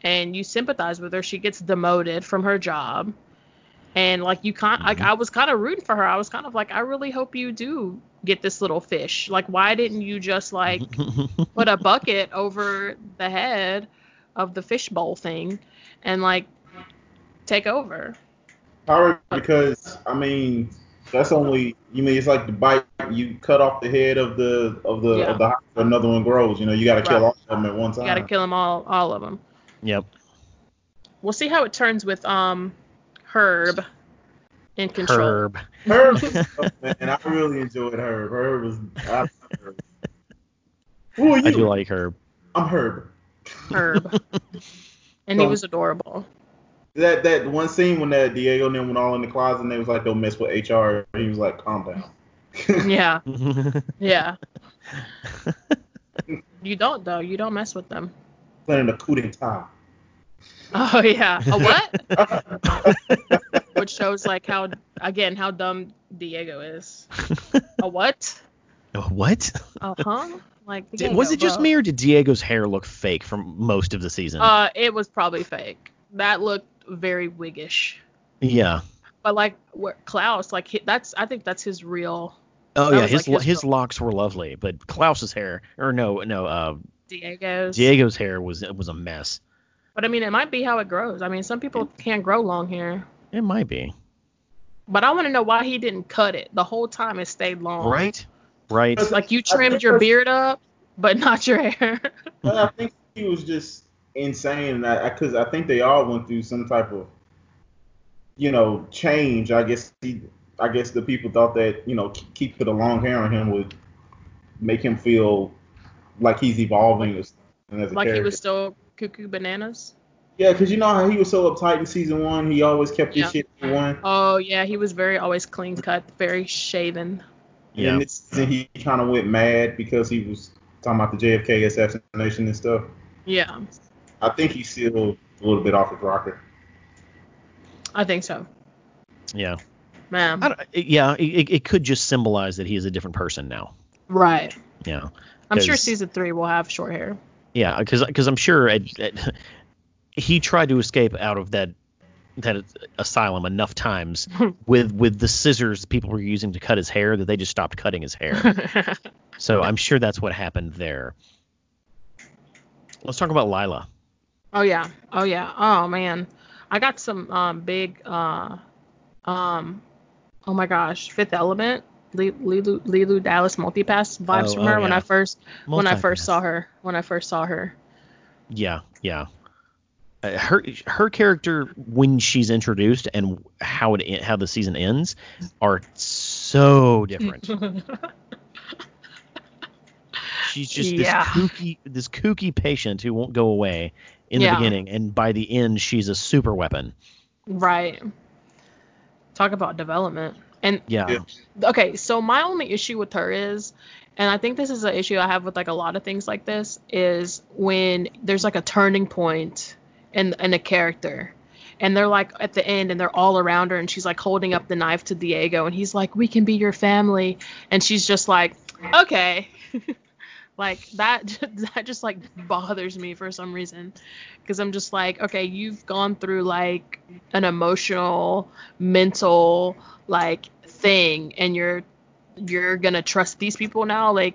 Speaker 3: And you sympathize with her. She gets demoted from her job, and like you can't. Like
Speaker 1: Mhm.
Speaker 3: I was kind of rooting for her. I was kind of like, I really hope you do get this little fish. Like why didn't you
Speaker 1: (laughs)
Speaker 3: just like put a bucket over the head of the fishbowl thing, and like take over?
Speaker 2: Probably because I mean that's only you mean it's like the bite you cut off the head of the of the
Speaker 3: Yeah.
Speaker 2: of the hyena, another one grows. You know you got to kill
Speaker 3: Right.
Speaker 2: all of them at one
Speaker 3: You gotta
Speaker 2: time.
Speaker 3: kill them all, all of them.
Speaker 1: yep.
Speaker 3: we'll see how it turns with um Herb in control.
Speaker 1: Herb.
Speaker 2: Herb, (laughs) was- Oh, man, I really enjoyed Herb. Herb was. I, love Herb. Who are you?
Speaker 1: I do like Herb. (laughs)
Speaker 2: I'm Herb.
Speaker 3: Herb. and he
Speaker 2: Well-
Speaker 3: was adorable.
Speaker 2: That that one scene when that Diego and them went all in the closet and they was like, "Don't mess with HR." He was like, "Calm down."
Speaker 3: Yeah,
Speaker 1: yeah.
Speaker 3: yeah. you don't though. You don't mess with them.
Speaker 2: Planning a coup d'état.
Speaker 3: Oh yeah. A what? Which shows like how again how dumb Diego is. A what?
Speaker 1: What?
Speaker 3: Uh huh. Like
Speaker 1: Did-
Speaker 3: Diego,
Speaker 1: was it just
Speaker 3: bro.
Speaker 1: me or did Diego's hair look fake for most of the season?
Speaker 3: Uh, it was probably fake. That looked very wiggish.
Speaker 1: yeah.
Speaker 3: But like what Klaus, like he, that's I think that's his real
Speaker 1: Oh
Speaker 3: that
Speaker 1: yeah,
Speaker 3: was
Speaker 1: his
Speaker 3: like
Speaker 1: lo-
Speaker 3: his
Speaker 1: his
Speaker 3: real-
Speaker 1: locks were lovely, but Klaus's hair or no no uh
Speaker 3: Diego's.
Speaker 1: Diego's hair was was a mess.
Speaker 3: But I mean, it might be how it grows. I mean, some people can't grow long hair.
Speaker 1: It might be.
Speaker 3: But I want to know why he didn't cut it the whole time it stayed long.
Speaker 1: Right? Right.
Speaker 3: It's like you trimmed your beard up, but not your (laughs) hair.
Speaker 2: But I think he was just insane, and I because I, think they all went through some type of, you know, change. I guess he, I guess the people thought that you know keep- keep the long hair on him would make him feel like he's evolving as, as a
Speaker 3: like he
Speaker 2: character.
Speaker 3: was still cuckoo bananas.
Speaker 2: Yeah, because you know how he was so uptight in season one. He always kept his
Speaker 3: Yeah.
Speaker 2: shit in one.
Speaker 3: Oh yeah, he was very always clean cut, very shaven.
Speaker 2: And
Speaker 1: Yeah.
Speaker 2: then this season he kind of went mad because he was talking about the JFK assassination and stuff.
Speaker 3: Yeah,
Speaker 2: I think he's still a little bit off his rocker.
Speaker 3: I think so.
Speaker 1: Yeah. I
Speaker 3: Man,
Speaker 1: don't, yeah, it, it- it could just symbolize that he is a different person now.
Speaker 3: right.
Speaker 1: Yeah.
Speaker 3: I'm sure
Speaker 1: 'Cause-
Speaker 3: season three will have short hair.
Speaker 1: Yeah, because I'm sure it, it- (laughs) he tried to escape out of that that asylum enough
Speaker 3: (laughs)
Speaker 1: times with with the scissors people were using to cut his hair that they just stopped cutting his hair. (laughs)
Speaker 3: (laughs)
Speaker 1: so I'm sure that's what happened there. Let's talk about Lila.
Speaker 3: Oh yeah. Oh yeah. Oh man. I got some um big uh um oh my gosh, Fifth Element, Li- Lilu Lilu Dallas multipass vibes
Speaker 1: Oh,
Speaker 3: from her
Speaker 1: oh,
Speaker 3: when
Speaker 1: yeah.
Speaker 3: I first when I first
Speaker 1: Multipass.
Speaker 3: saw her. When I first saw her.
Speaker 1: Yeah, yeah. Uh, Her her character when she's introduced and how it en- how the season ends are so different. she's just
Speaker 3: Mm-hmm. Yeah.
Speaker 1: this kooky this kooky patient who won't go away in the
Speaker 3: Yeah.
Speaker 1: beginning, and by the end she's a super weapon.
Speaker 3: (laughs) Right. Talk about development. And
Speaker 1: Yeah,
Speaker 2: Yeah.
Speaker 3: okay, so my only issue with her is and I think this is an issue I have with like a lot of things like this is when there's like a turning point in in a character and they're like at the end and they're all around her and she's like holding up the knife to Diego and he's like we can be your family and she's just like okay (laughs) like that (laughs) that just like bothers me for some reason because I'm just like okay you've gone through like an emotional mental like thing and you're you're gonna trust these people now like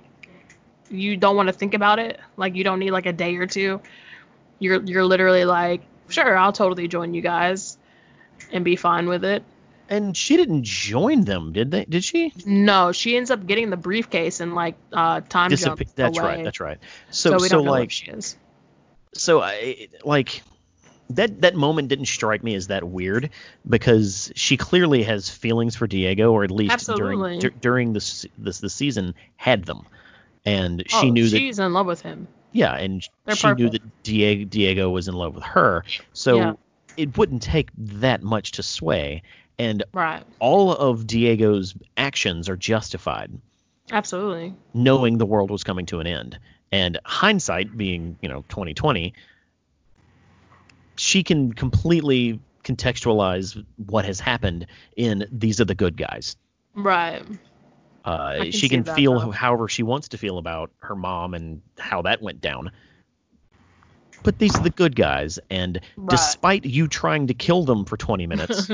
Speaker 3: you don't want to think about it like you don't need like a day or two you're you're literally like sure i'll totally join you guys and be fine with it
Speaker 1: and she didn't join them, did they? Did she?
Speaker 3: no she ends up getting the briefcase and like uh time jump
Speaker 1: Disappear- that's
Speaker 3: away.
Speaker 1: right. That's right.
Speaker 3: so,
Speaker 1: So so,
Speaker 3: we don't know
Speaker 1: like
Speaker 3: if she is
Speaker 1: so I it- like that that moment didn't strike me as that weird because she clearly has feelings for Diego or at least
Speaker 3: Absolutely.
Speaker 1: during dur- during this this the season had them and she
Speaker 3: Oh,
Speaker 1: knew that
Speaker 3: she's in love with him
Speaker 1: yeah and she
Speaker 3: They're
Speaker 1: knew
Speaker 3: perfect.
Speaker 1: that Diego Diego was in love with her so
Speaker 3: Yeah.
Speaker 1: it wouldn't take that much to sway and
Speaker 3: right
Speaker 1: all of Diego's actions are justified
Speaker 3: absolutely
Speaker 1: knowing the world was coming to an end. And hindsight being, you know, 2020, she can completely contextualize what has happened in these are the good guys.
Speaker 3: Right.
Speaker 1: Uh,
Speaker 3: can
Speaker 1: she
Speaker 3: see
Speaker 1: can
Speaker 3: that,
Speaker 1: feel
Speaker 3: though.
Speaker 1: however she wants to feel about her mom and how that went down. But these are the good guys, and
Speaker 3: Right.
Speaker 1: despite you trying to kill them for 20 minutes,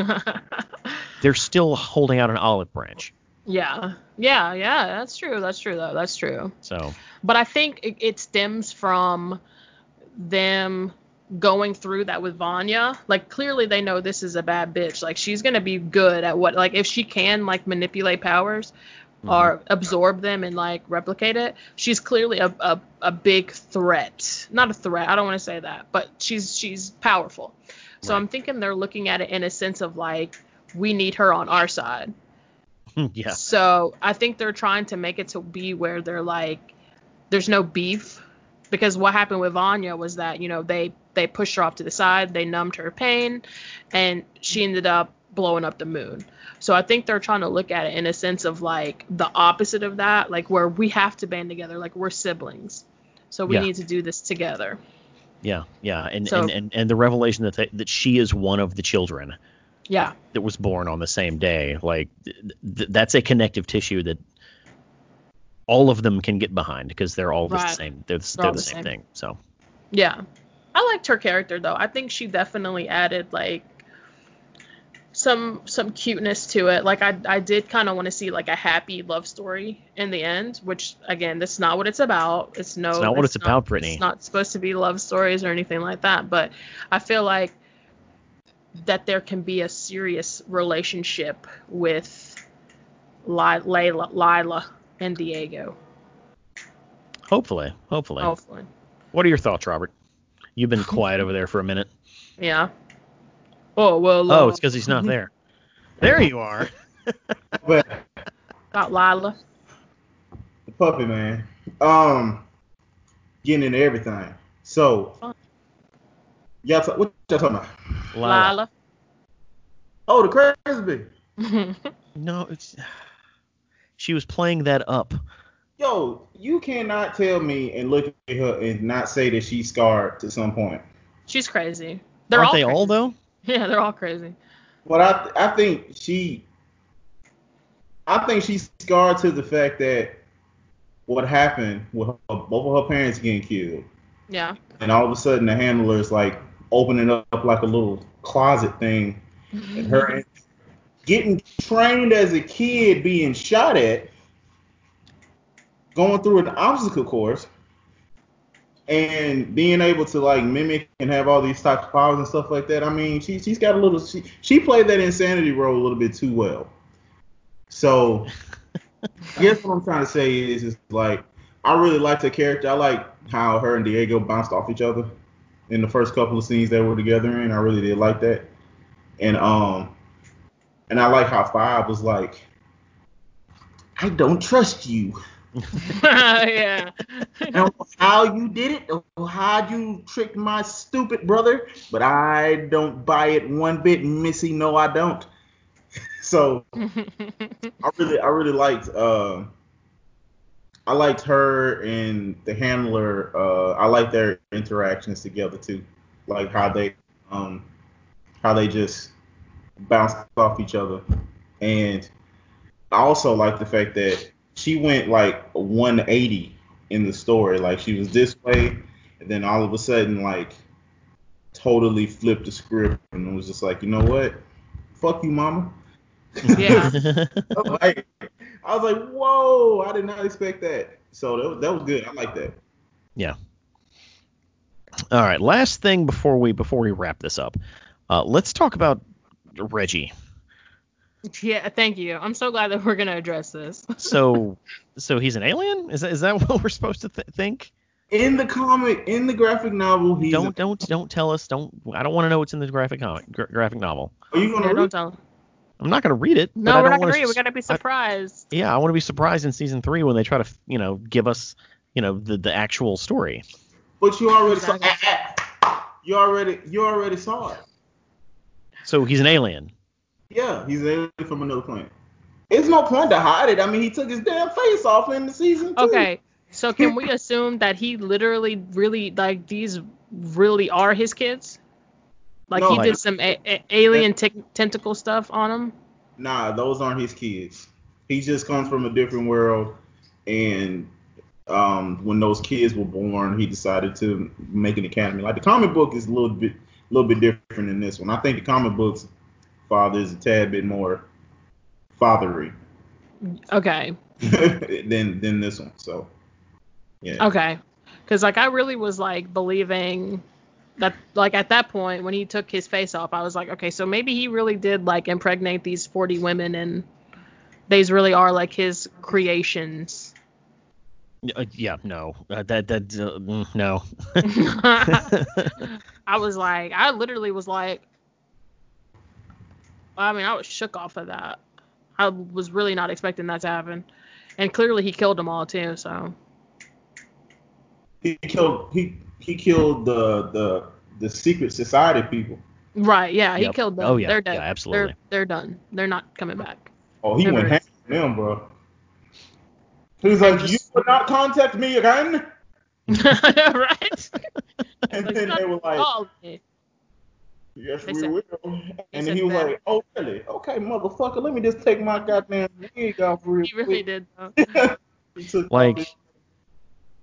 Speaker 1: they're still holding out an olive branch.
Speaker 3: (laughs) yeah. Yeah. Yeah. That's true. That's true though. That's true.
Speaker 1: So,
Speaker 3: But I think it, it stems from them going through that with Vanya. Like clearly they know this is a bad bitch. Like she's gonna be good at what like if she can like manipulate powers
Speaker 1: Mm-hmm.
Speaker 3: or absorb them and like replicate it, she's clearly a, a, a big threat. Not a threat, I don't wanna say that, but she's she's powerful. So
Speaker 1: Right.
Speaker 3: I'm thinking they're looking at it in a sense of like we need her on our side.
Speaker 1: (laughs) yeah.
Speaker 3: So I think they're trying to make it to be where they're like, there's no beef, because what happened with Vanya was that you know they they pushed her off to the side, they numbed her pain, and she ended up blowing up the moon. So I think they're trying to look at it in a sense of like the opposite of that, like where we have to band together, like we're siblings. So we
Speaker 1: Yeah.
Speaker 3: need to do this together.
Speaker 1: Yeah, yeah, and
Speaker 3: So-
Speaker 1: and, and, and the revelation that they, that she is one of the children
Speaker 3: Yeah.
Speaker 1: that was born on the same day, like th- th- that's a connective tissue that all of them can get behind because they're all the
Speaker 3: Right.
Speaker 1: same. They're, the-
Speaker 3: They're
Speaker 1: they're
Speaker 3: all
Speaker 1: the
Speaker 3: the
Speaker 1: same,
Speaker 3: same.
Speaker 1: thing. So
Speaker 3: Yeah. I liked her character though. I think she definitely added like some some cuteness to it. Like I I did kind of want to see like a happy love story in the end, which again, that's not what it's about. It's no
Speaker 1: It's not what it's about, Brittany.
Speaker 3: It's not supposed to be love stories or anything like that, but I feel like that there can be a serious relationship with Li- Layla, Lila and Diego.
Speaker 1: hopefully, hopefully.
Speaker 3: Hopefully.
Speaker 1: What are your thoughts, Robert? You've been quiet over there for a
Speaker 3: (laughs)
Speaker 1: minute.
Speaker 3: Yeah. Oh, well,
Speaker 1: Oh,
Speaker 3: uh,
Speaker 1: it's because he's not there. There you
Speaker 3: (laughs)
Speaker 1: are.
Speaker 2: But
Speaker 3: about Lila.
Speaker 2: the puppy man, um, getting into everything. So, y'all, ta- what y'all talking about?
Speaker 1: Lila.
Speaker 3: Lila.
Speaker 2: Oh, the Crosby.
Speaker 1: No, it's. (sighs) She was playing that up.
Speaker 2: Yo, you cannot tell me and look at her and not say that she's scarred to some point.
Speaker 3: (laughs) She's crazy. They're
Speaker 1: Aren't
Speaker 3: all
Speaker 1: they
Speaker 3: crazy.
Speaker 1: all though?
Speaker 3: Yeah, they're all crazy.
Speaker 2: But I th- I think she I think she's scarred to the fact that what happened with her, both of her parents getting killed,
Speaker 1: (laughs)
Speaker 3: Yeah. (laughs)
Speaker 2: and all of a sudden the handler is like opening up like a little closet thing, and her getting trained as a kid, being shot at, going through an obstacle course, and being able to like mimic and have all these types of powers and stuff like that. I mean, she she's got a little she she played that insanity role a little bit too well. So I guess what I'm trying to say is is like I really liked her character. I like how her and Diego bounced off each other in the first couple of scenes they were together in. I really did like that. And um and I like how Five was like, I don't trust you.
Speaker 3: yeah.
Speaker 1: (laughs)
Speaker 2: I don't know how you did it, or how you tricked my stupid brother, but I don't buy it one bit, Missy. No, I don't. (laughs) So I really, I really liked, uh, I liked her and the handler. Uh, I like their interactions together too, like how they, um, how they just bounced off each other, and I also like the fact that she went like 180 in the story. Like she was this way, and then all of a sudden, like, totally flipped the script and was just like, you know what? Fuck you, mama.
Speaker 3: Yeah.
Speaker 1: (laughs)
Speaker 2: I'm (laughs) like- I was like, whoa! I did not expect that. So that was, that was good. I like that.
Speaker 1: All right, last thing before we before we wrap this up, uh, let's talk about Reggie.
Speaker 3: yeah. Thank you. I'm so glad that we're gonna address this. (laughs)
Speaker 1: So, so he's an alien? Is that, (laughs) is that what we're supposed to th- think?
Speaker 2: In the comic, in the graphic novel, he's.
Speaker 1: Don't don't don't tell us. Don't I don't want to know what's in the graphic comic, gra- graphic novel.
Speaker 2: are you gonna
Speaker 3: Yeah,
Speaker 2: read?
Speaker 3: don't tell. 'em.
Speaker 1: I'm not gonna read it. but
Speaker 3: No,
Speaker 1: I
Speaker 3: we're
Speaker 1: don't
Speaker 3: not
Speaker 1: wanna
Speaker 3: gonna read. it. We're
Speaker 1: s-
Speaker 3: gonna be surprised.
Speaker 1: Yeah, I want to be surprised in season three when they try to you know give us you know the the actual story.
Speaker 2: But you already
Speaker 3: Exactly.
Speaker 2: saw. (laughs) You already, you already saw it.
Speaker 1: So he's an alien.
Speaker 2: Yeah, he's alien from another planet. It's no point to hide it. I mean, he took his damn face off in the season. Two.
Speaker 3: Okay.
Speaker 2: (laughs)
Speaker 3: So can we assume that he literally, really, like these really are his kids? Like
Speaker 2: No,
Speaker 3: he
Speaker 1: like-
Speaker 3: did some a- a- alien tec- tentacle stuff on him.
Speaker 2: Nah, those aren't his kids. He just comes from a different world, and um, when those kids were born, he decided to make an academy. Like the comic book is a little bit, little bit different than this one. I think the comic book's father is a tad bit more fathery (laughs)
Speaker 3: Okay,
Speaker 2: than than this one. So, yeah.
Speaker 3: okay, because like I really was like believing that like at that point when he took his face off, I was like, okay, so maybe he really did like impregnate these 40 women and these really are like his
Speaker 1: (laughs)
Speaker 3: creations. (laughs)
Speaker 1: Uh, yeah, no, uh, that that uh, mm, no.
Speaker 3: Uh,
Speaker 1: (laughs)
Speaker 3: I was like, I literally was like, I mean, I was shook off of that. I was really not expecting that to happen, and clearly he killed them all too. So
Speaker 2: He killed he he killed the the the secret society people.
Speaker 3: right, yeah, he
Speaker 1: Yep.
Speaker 3: killed them.
Speaker 1: Oh, yeah.
Speaker 3: they're dead.
Speaker 1: Yeah, absolutely.
Speaker 3: They're, they're done. They're not coming back.
Speaker 2: Oh, he went
Speaker 3: Never.
Speaker 2: ham on them, bro. He was like,
Speaker 3: just-
Speaker 2: "You will not contact me again."
Speaker 3: (laughs) right?
Speaker 2: And
Speaker 3: Like,
Speaker 2: then
Speaker 3: stop
Speaker 2: they were like,
Speaker 3: calling me.
Speaker 2: "Yes,
Speaker 3: They
Speaker 2: we
Speaker 3: said-
Speaker 2: will."
Speaker 3: they
Speaker 2: And then
Speaker 3: said
Speaker 2: he was
Speaker 3: that.
Speaker 2: like, "Oh, really? Okay, motherfucker. Let me just take my goddamn wig off real
Speaker 3: (laughs) he really
Speaker 2: quick."
Speaker 3: did. Though.
Speaker 2: (laughs) He took off
Speaker 1: Like,
Speaker 2: his-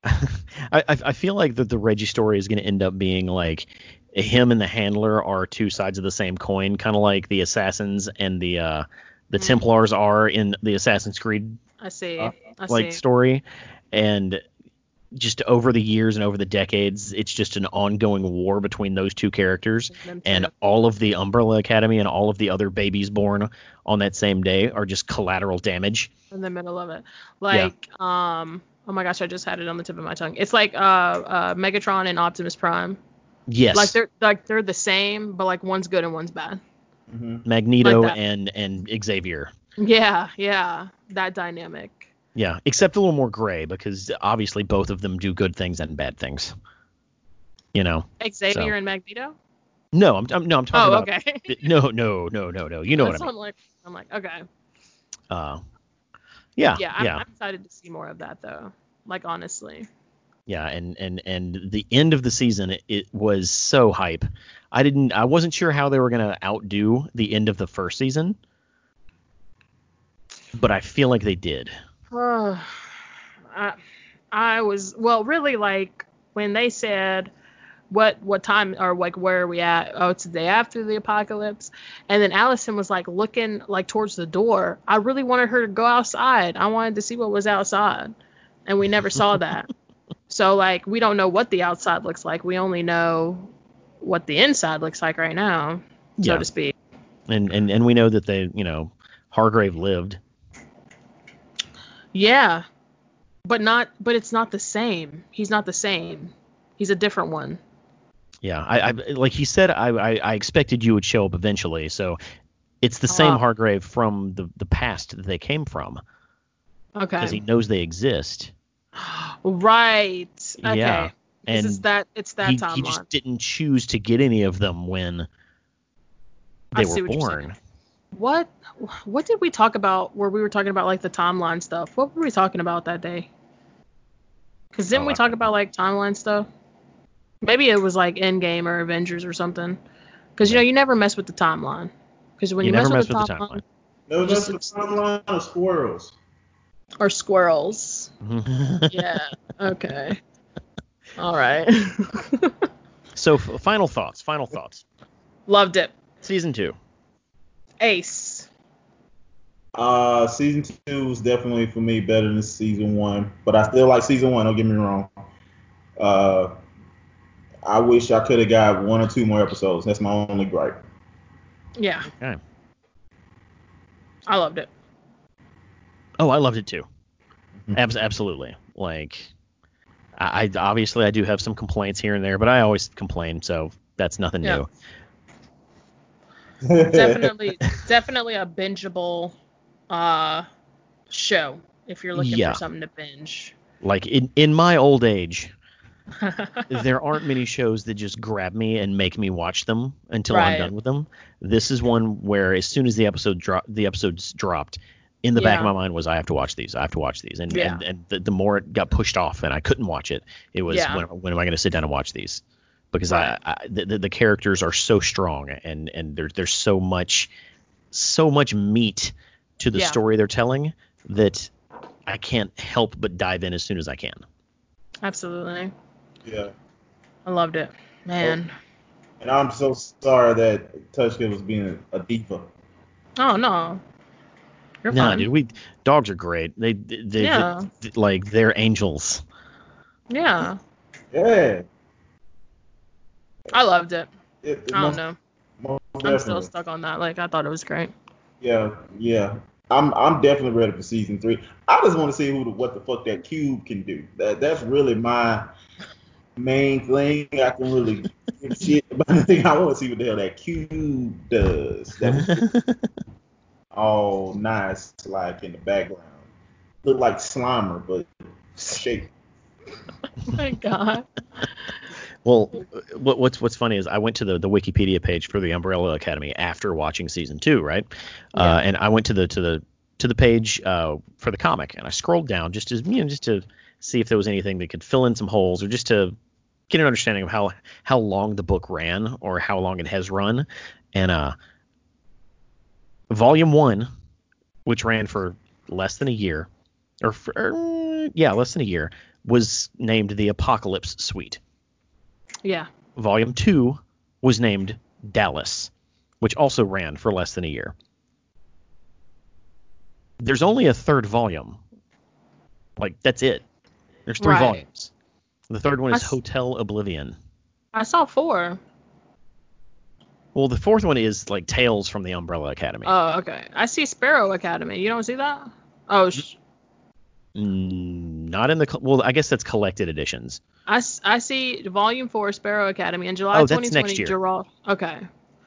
Speaker 1: I, (laughs) I I feel like that the Reggie story is going to end up being like him and the handler are two sides of the same coin, kind of like the assassins and the uh, the
Speaker 3: Mm.
Speaker 1: Templars are in the Assassin's Creed
Speaker 3: I see.
Speaker 2: Uh,
Speaker 3: I see.
Speaker 1: like story, and just over the years and over the decades, it's just an ongoing war between those two characters.
Speaker 3: Them
Speaker 1: And
Speaker 3: too.
Speaker 1: all of the Umbrella Academy and all of the other babies born on that same day are just collateral damage.
Speaker 3: in the middle of it. Like, um, oh my gosh, I just had it on the tip of my tongue. It's like uh, uh Megatron and Optimus Prime.
Speaker 1: Yes,
Speaker 3: Like they're like they're the same, but like one's good and one's bad.
Speaker 2: Mhm.
Speaker 1: Magneto
Speaker 3: like that.
Speaker 1: and and Xavier.
Speaker 3: Yeah, yeah, that dynamic.
Speaker 1: Yeah, except a little more gray because obviously both of them do good things and bad things. You know.
Speaker 3: Xavier
Speaker 1: So.
Speaker 3: and Magneto.
Speaker 1: No, I'm, I'm no, I'm talking
Speaker 3: Oh,
Speaker 1: about
Speaker 3: okay.
Speaker 1: no, no, no, no, no. You know what
Speaker 3: (laughs) That's
Speaker 1: I mean?
Speaker 3: I'm like. I'm like, okay,
Speaker 1: Uh, yeah,
Speaker 3: yeah,
Speaker 1: yeah,
Speaker 3: I'm,
Speaker 1: yeah,
Speaker 3: I'm excited to see more of that though. Like honestly,
Speaker 1: And and and the end of the season, it, it was so hype. I didn't, I wasn't sure how they were gonna outdo the end of the first season, but I feel like they did.
Speaker 3: Uh, I, I was well, really like when they said what what time or like where are we at? Oh, it's the day after the apocalypse. And then Allison was like looking like towards the door. I really wanted her to go outside. I wanted to see what was outside, and we never saw that. so like we don't know what the outside looks like. We only know what the inside looks like right now, so
Speaker 1: Yeah.
Speaker 3: to speak.
Speaker 1: And and and we know that they, you know, Hargrave lived.
Speaker 3: Yeah. But not but it's not the same. He's not the same. He's a different one.
Speaker 1: Yeah, I, I like he said, I, I I expected you would show up eventually. So it's the same
Speaker 3: Ah.
Speaker 1: Hargrave from the the past that they came from
Speaker 3: Okay.
Speaker 1: because he knows they exist.
Speaker 3: (gasps) Right. Okay.
Speaker 1: Yeah,
Speaker 3: Because it's
Speaker 1: and
Speaker 3: that it's that
Speaker 1: he,
Speaker 3: timeline.
Speaker 1: he just didn't choose to get any of them when
Speaker 3: I
Speaker 1: they
Speaker 3: see
Speaker 1: were
Speaker 3: what you're saying.
Speaker 1: born.
Speaker 3: What what did we talk about where we were talking about like the timeline stuff? What were we talking about that day? Cuz didn't
Speaker 1: Oh,
Speaker 3: we
Speaker 1: I
Speaker 3: talk
Speaker 1: don't
Speaker 3: about like timeline stuff? Maybe it was like Endgame or Avengers or something. Cuz you know you never mess with the timeline. Cuz when
Speaker 1: You
Speaker 3: you,
Speaker 1: never
Speaker 3: mess with,
Speaker 1: mess
Speaker 3: the,
Speaker 1: with the
Speaker 3: timeline,
Speaker 2: no, that's
Speaker 3: just
Speaker 2: the
Speaker 3: ex-
Speaker 2: timeline of squirrels.
Speaker 3: or squirrels. Yeah. okay. All right.
Speaker 1: (laughs) so f- final thoughts. Final thoughts.
Speaker 3: Loved it.
Speaker 1: Season two.
Speaker 3: Ace.
Speaker 2: Uh, season two was definitely for me better than season one, but I still like season one. Don't get me wrong. Uh, I wish I could have got one or two more episodes. That's my only gripe. (laughs)
Speaker 3: Yeah.
Speaker 1: Okay.
Speaker 3: I loved it.
Speaker 1: Oh, I loved it too. (laughs)
Speaker 2: Mhm.
Speaker 1: Abs- absolutely. Like, I, I obviously I do have some complaints here and there, but I always complain, so that's nothing
Speaker 3: Yeah.
Speaker 1: new.
Speaker 3: Definitely definitely a bingeable uh show if you're looking
Speaker 1: Yeah.
Speaker 3: for something to
Speaker 1: (laughs)
Speaker 3: binge.
Speaker 1: Like in in my old age, there aren't many shows that just grab me and make me watch them until I'm
Speaker 3: Right.
Speaker 1: done with them. This is one where as soon as the episode drop, the episodes dropped, in the back of
Speaker 3: Yeah.
Speaker 1: my mind was I have to watch these. I have to watch these. And
Speaker 3: Yeah.
Speaker 1: and, and the, the more it got pushed off and I couldn't watch it, it was
Speaker 3: Yeah.
Speaker 1: when, when am I going to sit down and watch these? because I, I the, the characters are so strong and and there, there's so much so much meat to the
Speaker 3: Yeah.
Speaker 1: story they're telling that I can't help but dive in as soon as I can.
Speaker 3: (laughs) Absolutely.
Speaker 2: Yeah.
Speaker 3: I loved it. Man.
Speaker 2: And I'm so sorry that Tushka was being a diva.
Speaker 3: Oh, no. You're
Speaker 1: Nah,
Speaker 3: fine.
Speaker 1: dude, we dogs are great. They, they, they-
Speaker 3: Yeah.
Speaker 1: they- like they're angels.
Speaker 3: Yeah.
Speaker 2: Yeah.
Speaker 3: I loved it.
Speaker 2: It, it
Speaker 3: I don't
Speaker 2: most-
Speaker 3: know.
Speaker 2: most
Speaker 3: I'm
Speaker 2: definitely.
Speaker 3: still stuck on that. Like I thought it
Speaker 1: (laughs)
Speaker 3: was great.
Speaker 2: Yeah, yeah. I'm I'm definitely ready for season three. I just want to see who the, what the fuck that cube can do. That that's really my main thing. I can really give a shit about (laughs) the I want to see what the hell that cube does. That was
Speaker 1: (laughs)
Speaker 2: all nice, like in the background. Look like Slimer, but shaped.
Speaker 3: Thank God.
Speaker 1: well, uh, what, what's what's funny is I went to the, the Wikipedia page for the Umbrella Academy after watching season two, right? Uh, and I went to the to the to the page uh, for the comic, and I scrolled down just to you know just to see if there was anything that could fill in some holes, or just to get an understanding of how how long the book ran or how long it has run. And uh, volume one, which ran for less than a year, or, for, er, yeah, less than a year, was named the Apocalypse Suite.
Speaker 3: Yeah.
Speaker 1: Volume 2 was named Dallas, which also ran for less than a year. There's only a third volume. Like, that's it. There's three
Speaker 3: Right.
Speaker 1: volumes. The third one is
Speaker 3: That's-
Speaker 1: Hotel Oblivion.
Speaker 3: I saw four.
Speaker 1: Well, the fourth one is, like, Tales from the Umbrella Academy.
Speaker 3: Oh, okay. I see Sparrow Academy. You don't see that? Oh, sh-
Speaker 1: Mm, not in the. col- Well, I guess that's collected editions.
Speaker 3: I, s- I see Volume Four Sparrow Academy in July
Speaker 1: Oh, that's
Speaker 3: 2020.
Speaker 1: next year.
Speaker 3: Gerald. Okay.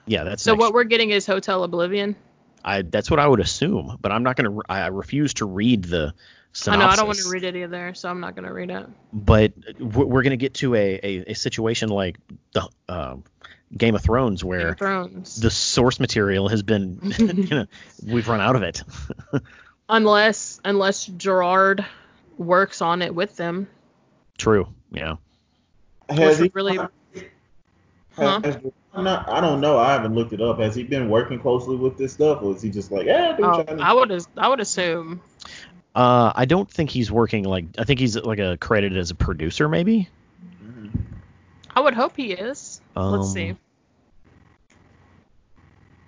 Speaker 1: Yeah, that's
Speaker 3: So
Speaker 1: next
Speaker 3: what we're getting is Hotel Oblivion.
Speaker 1: I that's what I would assume, but I'm not gonna. re- I I refuse to read the
Speaker 3: I know
Speaker 1: synopsis.
Speaker 3: I don't want to read it either, so I'm not gonna read it.
Speaker 1: But we're, we're gonna get to a, a, a situation like the uh, Game of Thrones
Speaker 3: Game
Speaker 1: where
Speaker 3: of Thrones.
Speaker 1: the source material has been,
Speaker 3: (laughs)
Speaker 1: (laughs) you know, we've run out of it.
Speaker 3: unless unless Gerard works on it with them.
Speaker 1: True. Yeah.
Speaker 2: Has
Speaker 3: would
Speaker 2: he
Speaker 3: really-
Speaker 2: has-
Speaker 3: Huh?
Speaker 2: has- I'm not- I don't know. I haven't looked it up. Has he been working closely with this stuff, or is he just like, yeah, dude,
Speaker 3: Oh,
Speaker 2: trying to
Speaker 3: I would as- I would assume.
Speaker 1: Uh, I don't think he's working like. I think he's like a credited as a producer, maybe.
Speaker 2: Mm-hmm.
Speaker 3: I would hope he is. Let's see.
Speaker 1: Um,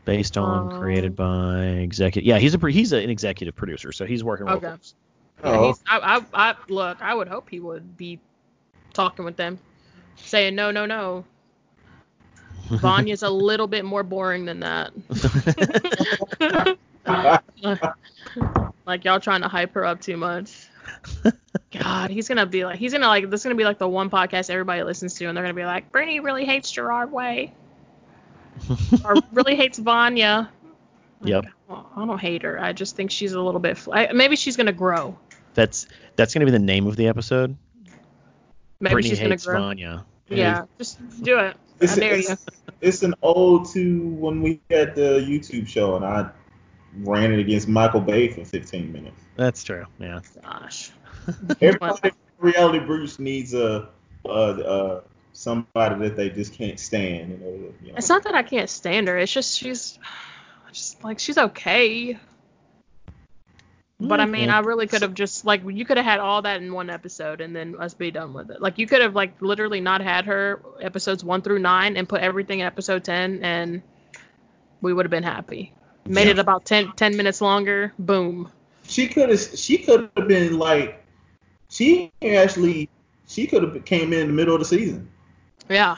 Speaker 1: Based on,
Speaker 3: Um,
Speaker 1: created by executive. Yeah, he's a pro- he's a, an executive producer, so he's working. real
Speaker 3: Okay.
Speaker 1: close.
Speaker 3: (laughs) Yeah,
Speaker 2: Oh,
Speaker 3: he's, I, I, I, look, I would hope he would be talking with them, saying no, no, no. Vanya's a little bit more boring than that.
Speaker 1: (laughs)
Speaker 2: Oh.
Speaker 3: uh, like y'all trying to hype her up too much. God, he's gonna be like, he's gonna like, this is gonna be like the one podcast everybody listens to, and they're gonna be like, Brittany really hates Gerard Way, or really hates Vanya. Like,
Speaker 1: Yep.
Speaker 3: "Well, I don't hate her. I just think she's a little bit. Fl- I, maybe she's gonna grow.
Speaker 1: (laughs) That's that's gonna be the name of the episode.
Speaker 3: Maybe
Speaker 1: Brittany
Speaker 3: she's gonna
Speaker 1: hates
Speaker 3: grow.
Speaker 1: Vanya.
Speaker 3: Yeah, just do it. I
Speaker 2: (laughs) It's,
Speaker 3: dare you.
Speaker 2: it's, it's an ode to when we had the YouTube show and I ran it against Michael Bay for 15
Speaker 3: (laughs)
Speaker 2: minutes.
Speaker 1: That's true. Yeah.
Speaker 3: Gosh.
Speaker 2: Everybody, reality Bruce needs a, a, a somebody that they just can't stand. You know, you know.
Speaker 3: It's not that I can't stand her. It's just she's just like she's okay. But I mean,
Speaker 1: Yeah.
Speaker 3: I really could have just like you could have had all that in one episode and then us be done with it. Like you could have like literally not had her episodes 1 through 9 and put everything in episode 10 and we would have been happy. Made
Speaker 1: Yeah.
Speaker 3: it about 10, 10 minutes longer. Boom.
Speaker 2: she could have she could have been like she actually she could have came in the middle of the season.
Speaker 3: Yeah.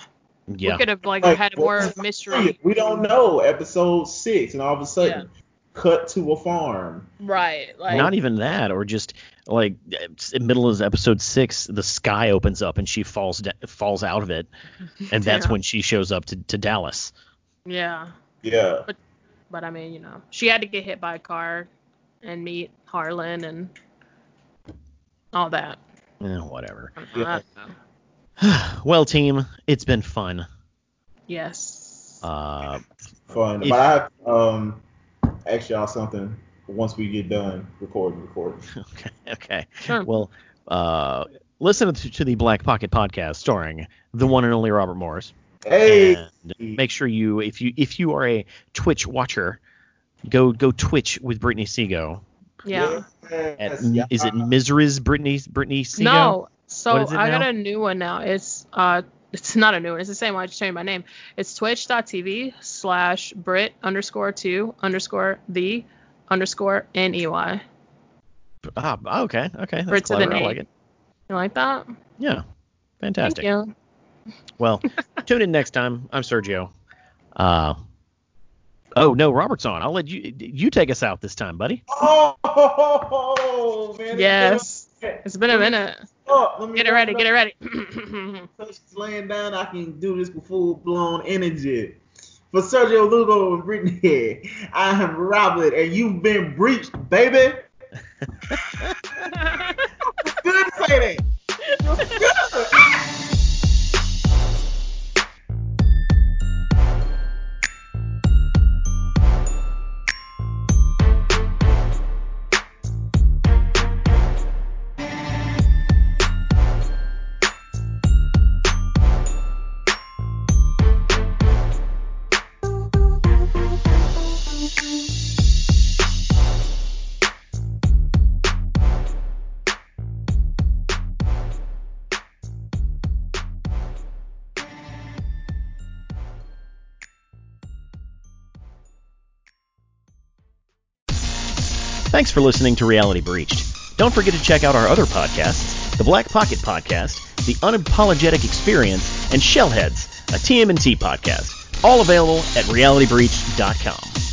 Speaker 1: Yeah.
Speaker 3: We could have like,
Speaker 2: Like,
Speaker 3: had
Speaker 2: what-
Speaker 3: more mystery.
Speaker 2: We don't know episode six and all of a sudden cut to a farm.
Speaker 3: Right. Like
Speaker 1: Not e- even that, or just like it's in middle of episode six, the sky opens up and she falls da- falls out of
Speaker 3: (laughs)
Speaker 1: it, and that's
Speaker 3: Yeah.
Speaker 1: when she shows up to, to Dallas.
Speaker 3: yeah.
Speaker 2: Yeah.
Speaker 3: But I mean, you know, she had to get hit by a car and meet Harlan and all that. Uh,
Speaker 1: Eh, whatever. (sighs)
Speaker 3: I don't know.
Speaker 2: Yeah.
Speaker 1: well, team, it's been fun.
Speaker 3: Yes.
Speaker 1: Uh,
Speaker 2: fun.
Speaker 1: If-
Speaker 2: but I have to, um ask y'all something
Speaker 1: (laughs)
Speaker 2: once we get done recording, (laughs) recording.
Speaker 1: okay. Okay.
Speaker 3: Sure.
Speaker 1: Well, uh, listen to, to the Black Pocket podcast starring the one and only Robert Morris.
Speaker 2: Hey,
Speaker 1: And make sure you if you if you are a Twitch watcher, go go Twitch with Brittany Sego.
Speaker 3: Yeah.
Speaker 1: At,
Speaker 2: Yes, Uh-huh.
Speaker 1: Is it Misery's Brittany Brittany Sego?
Speaker 3: No. So
Speaker 1: What is it
Speaker 3: I got
Speaker 1: now?
Speaker 3: a new one now. It's uh it's not a new one, it's the same one, I just changed my name. It's twitch.tv slash Brit underscore two underscore the underscore N E Y.
Speaker 1: Ah, okay, okay, that's
Speaker 3: Brits with
Speaker 1: clever.
Speaker 3: an
Speaker 1: I
Speaker 3: A.
Speaker 1: like it.
Speaker 3: You like that?
Speaker 1: Yeah,
Speaker 3: Thank
Speaker 1: fantastic.
Speaker 3: you. (laughs)
Speaker 1: Well, tune in next time. I'm Sergio. Uh, oh no, Robert's on. I'll let you you take us out this time, buddy.
Speaker 2: Oh, man.
Speaker 3: Yes.
Speaker 2: It's
Speaker 3: It's been a minute.
Speaker 2: up. Oh, Let me
Speaker 3: Get it
Speaker 2: look
Speaker 3: ready,
Speaker 2: up.
Speaker 3: get it ready.
Speaker 2: So she's laying down. I can do this with full blown energy. For Sergio Lugo and Brittany, (laughs) I am Robert, and you've been breached, baby.
Speaker 3: (clears throat)
Speaker 2: Good to say that.
Speaker 1: Thanks for listening to Reality Breached. Don't forget to check out our other podcasts, the Black Pocket Podcast, the Unapologetic Experience, and Shellheads, a TMNT podcast, all available at realitybreach.com.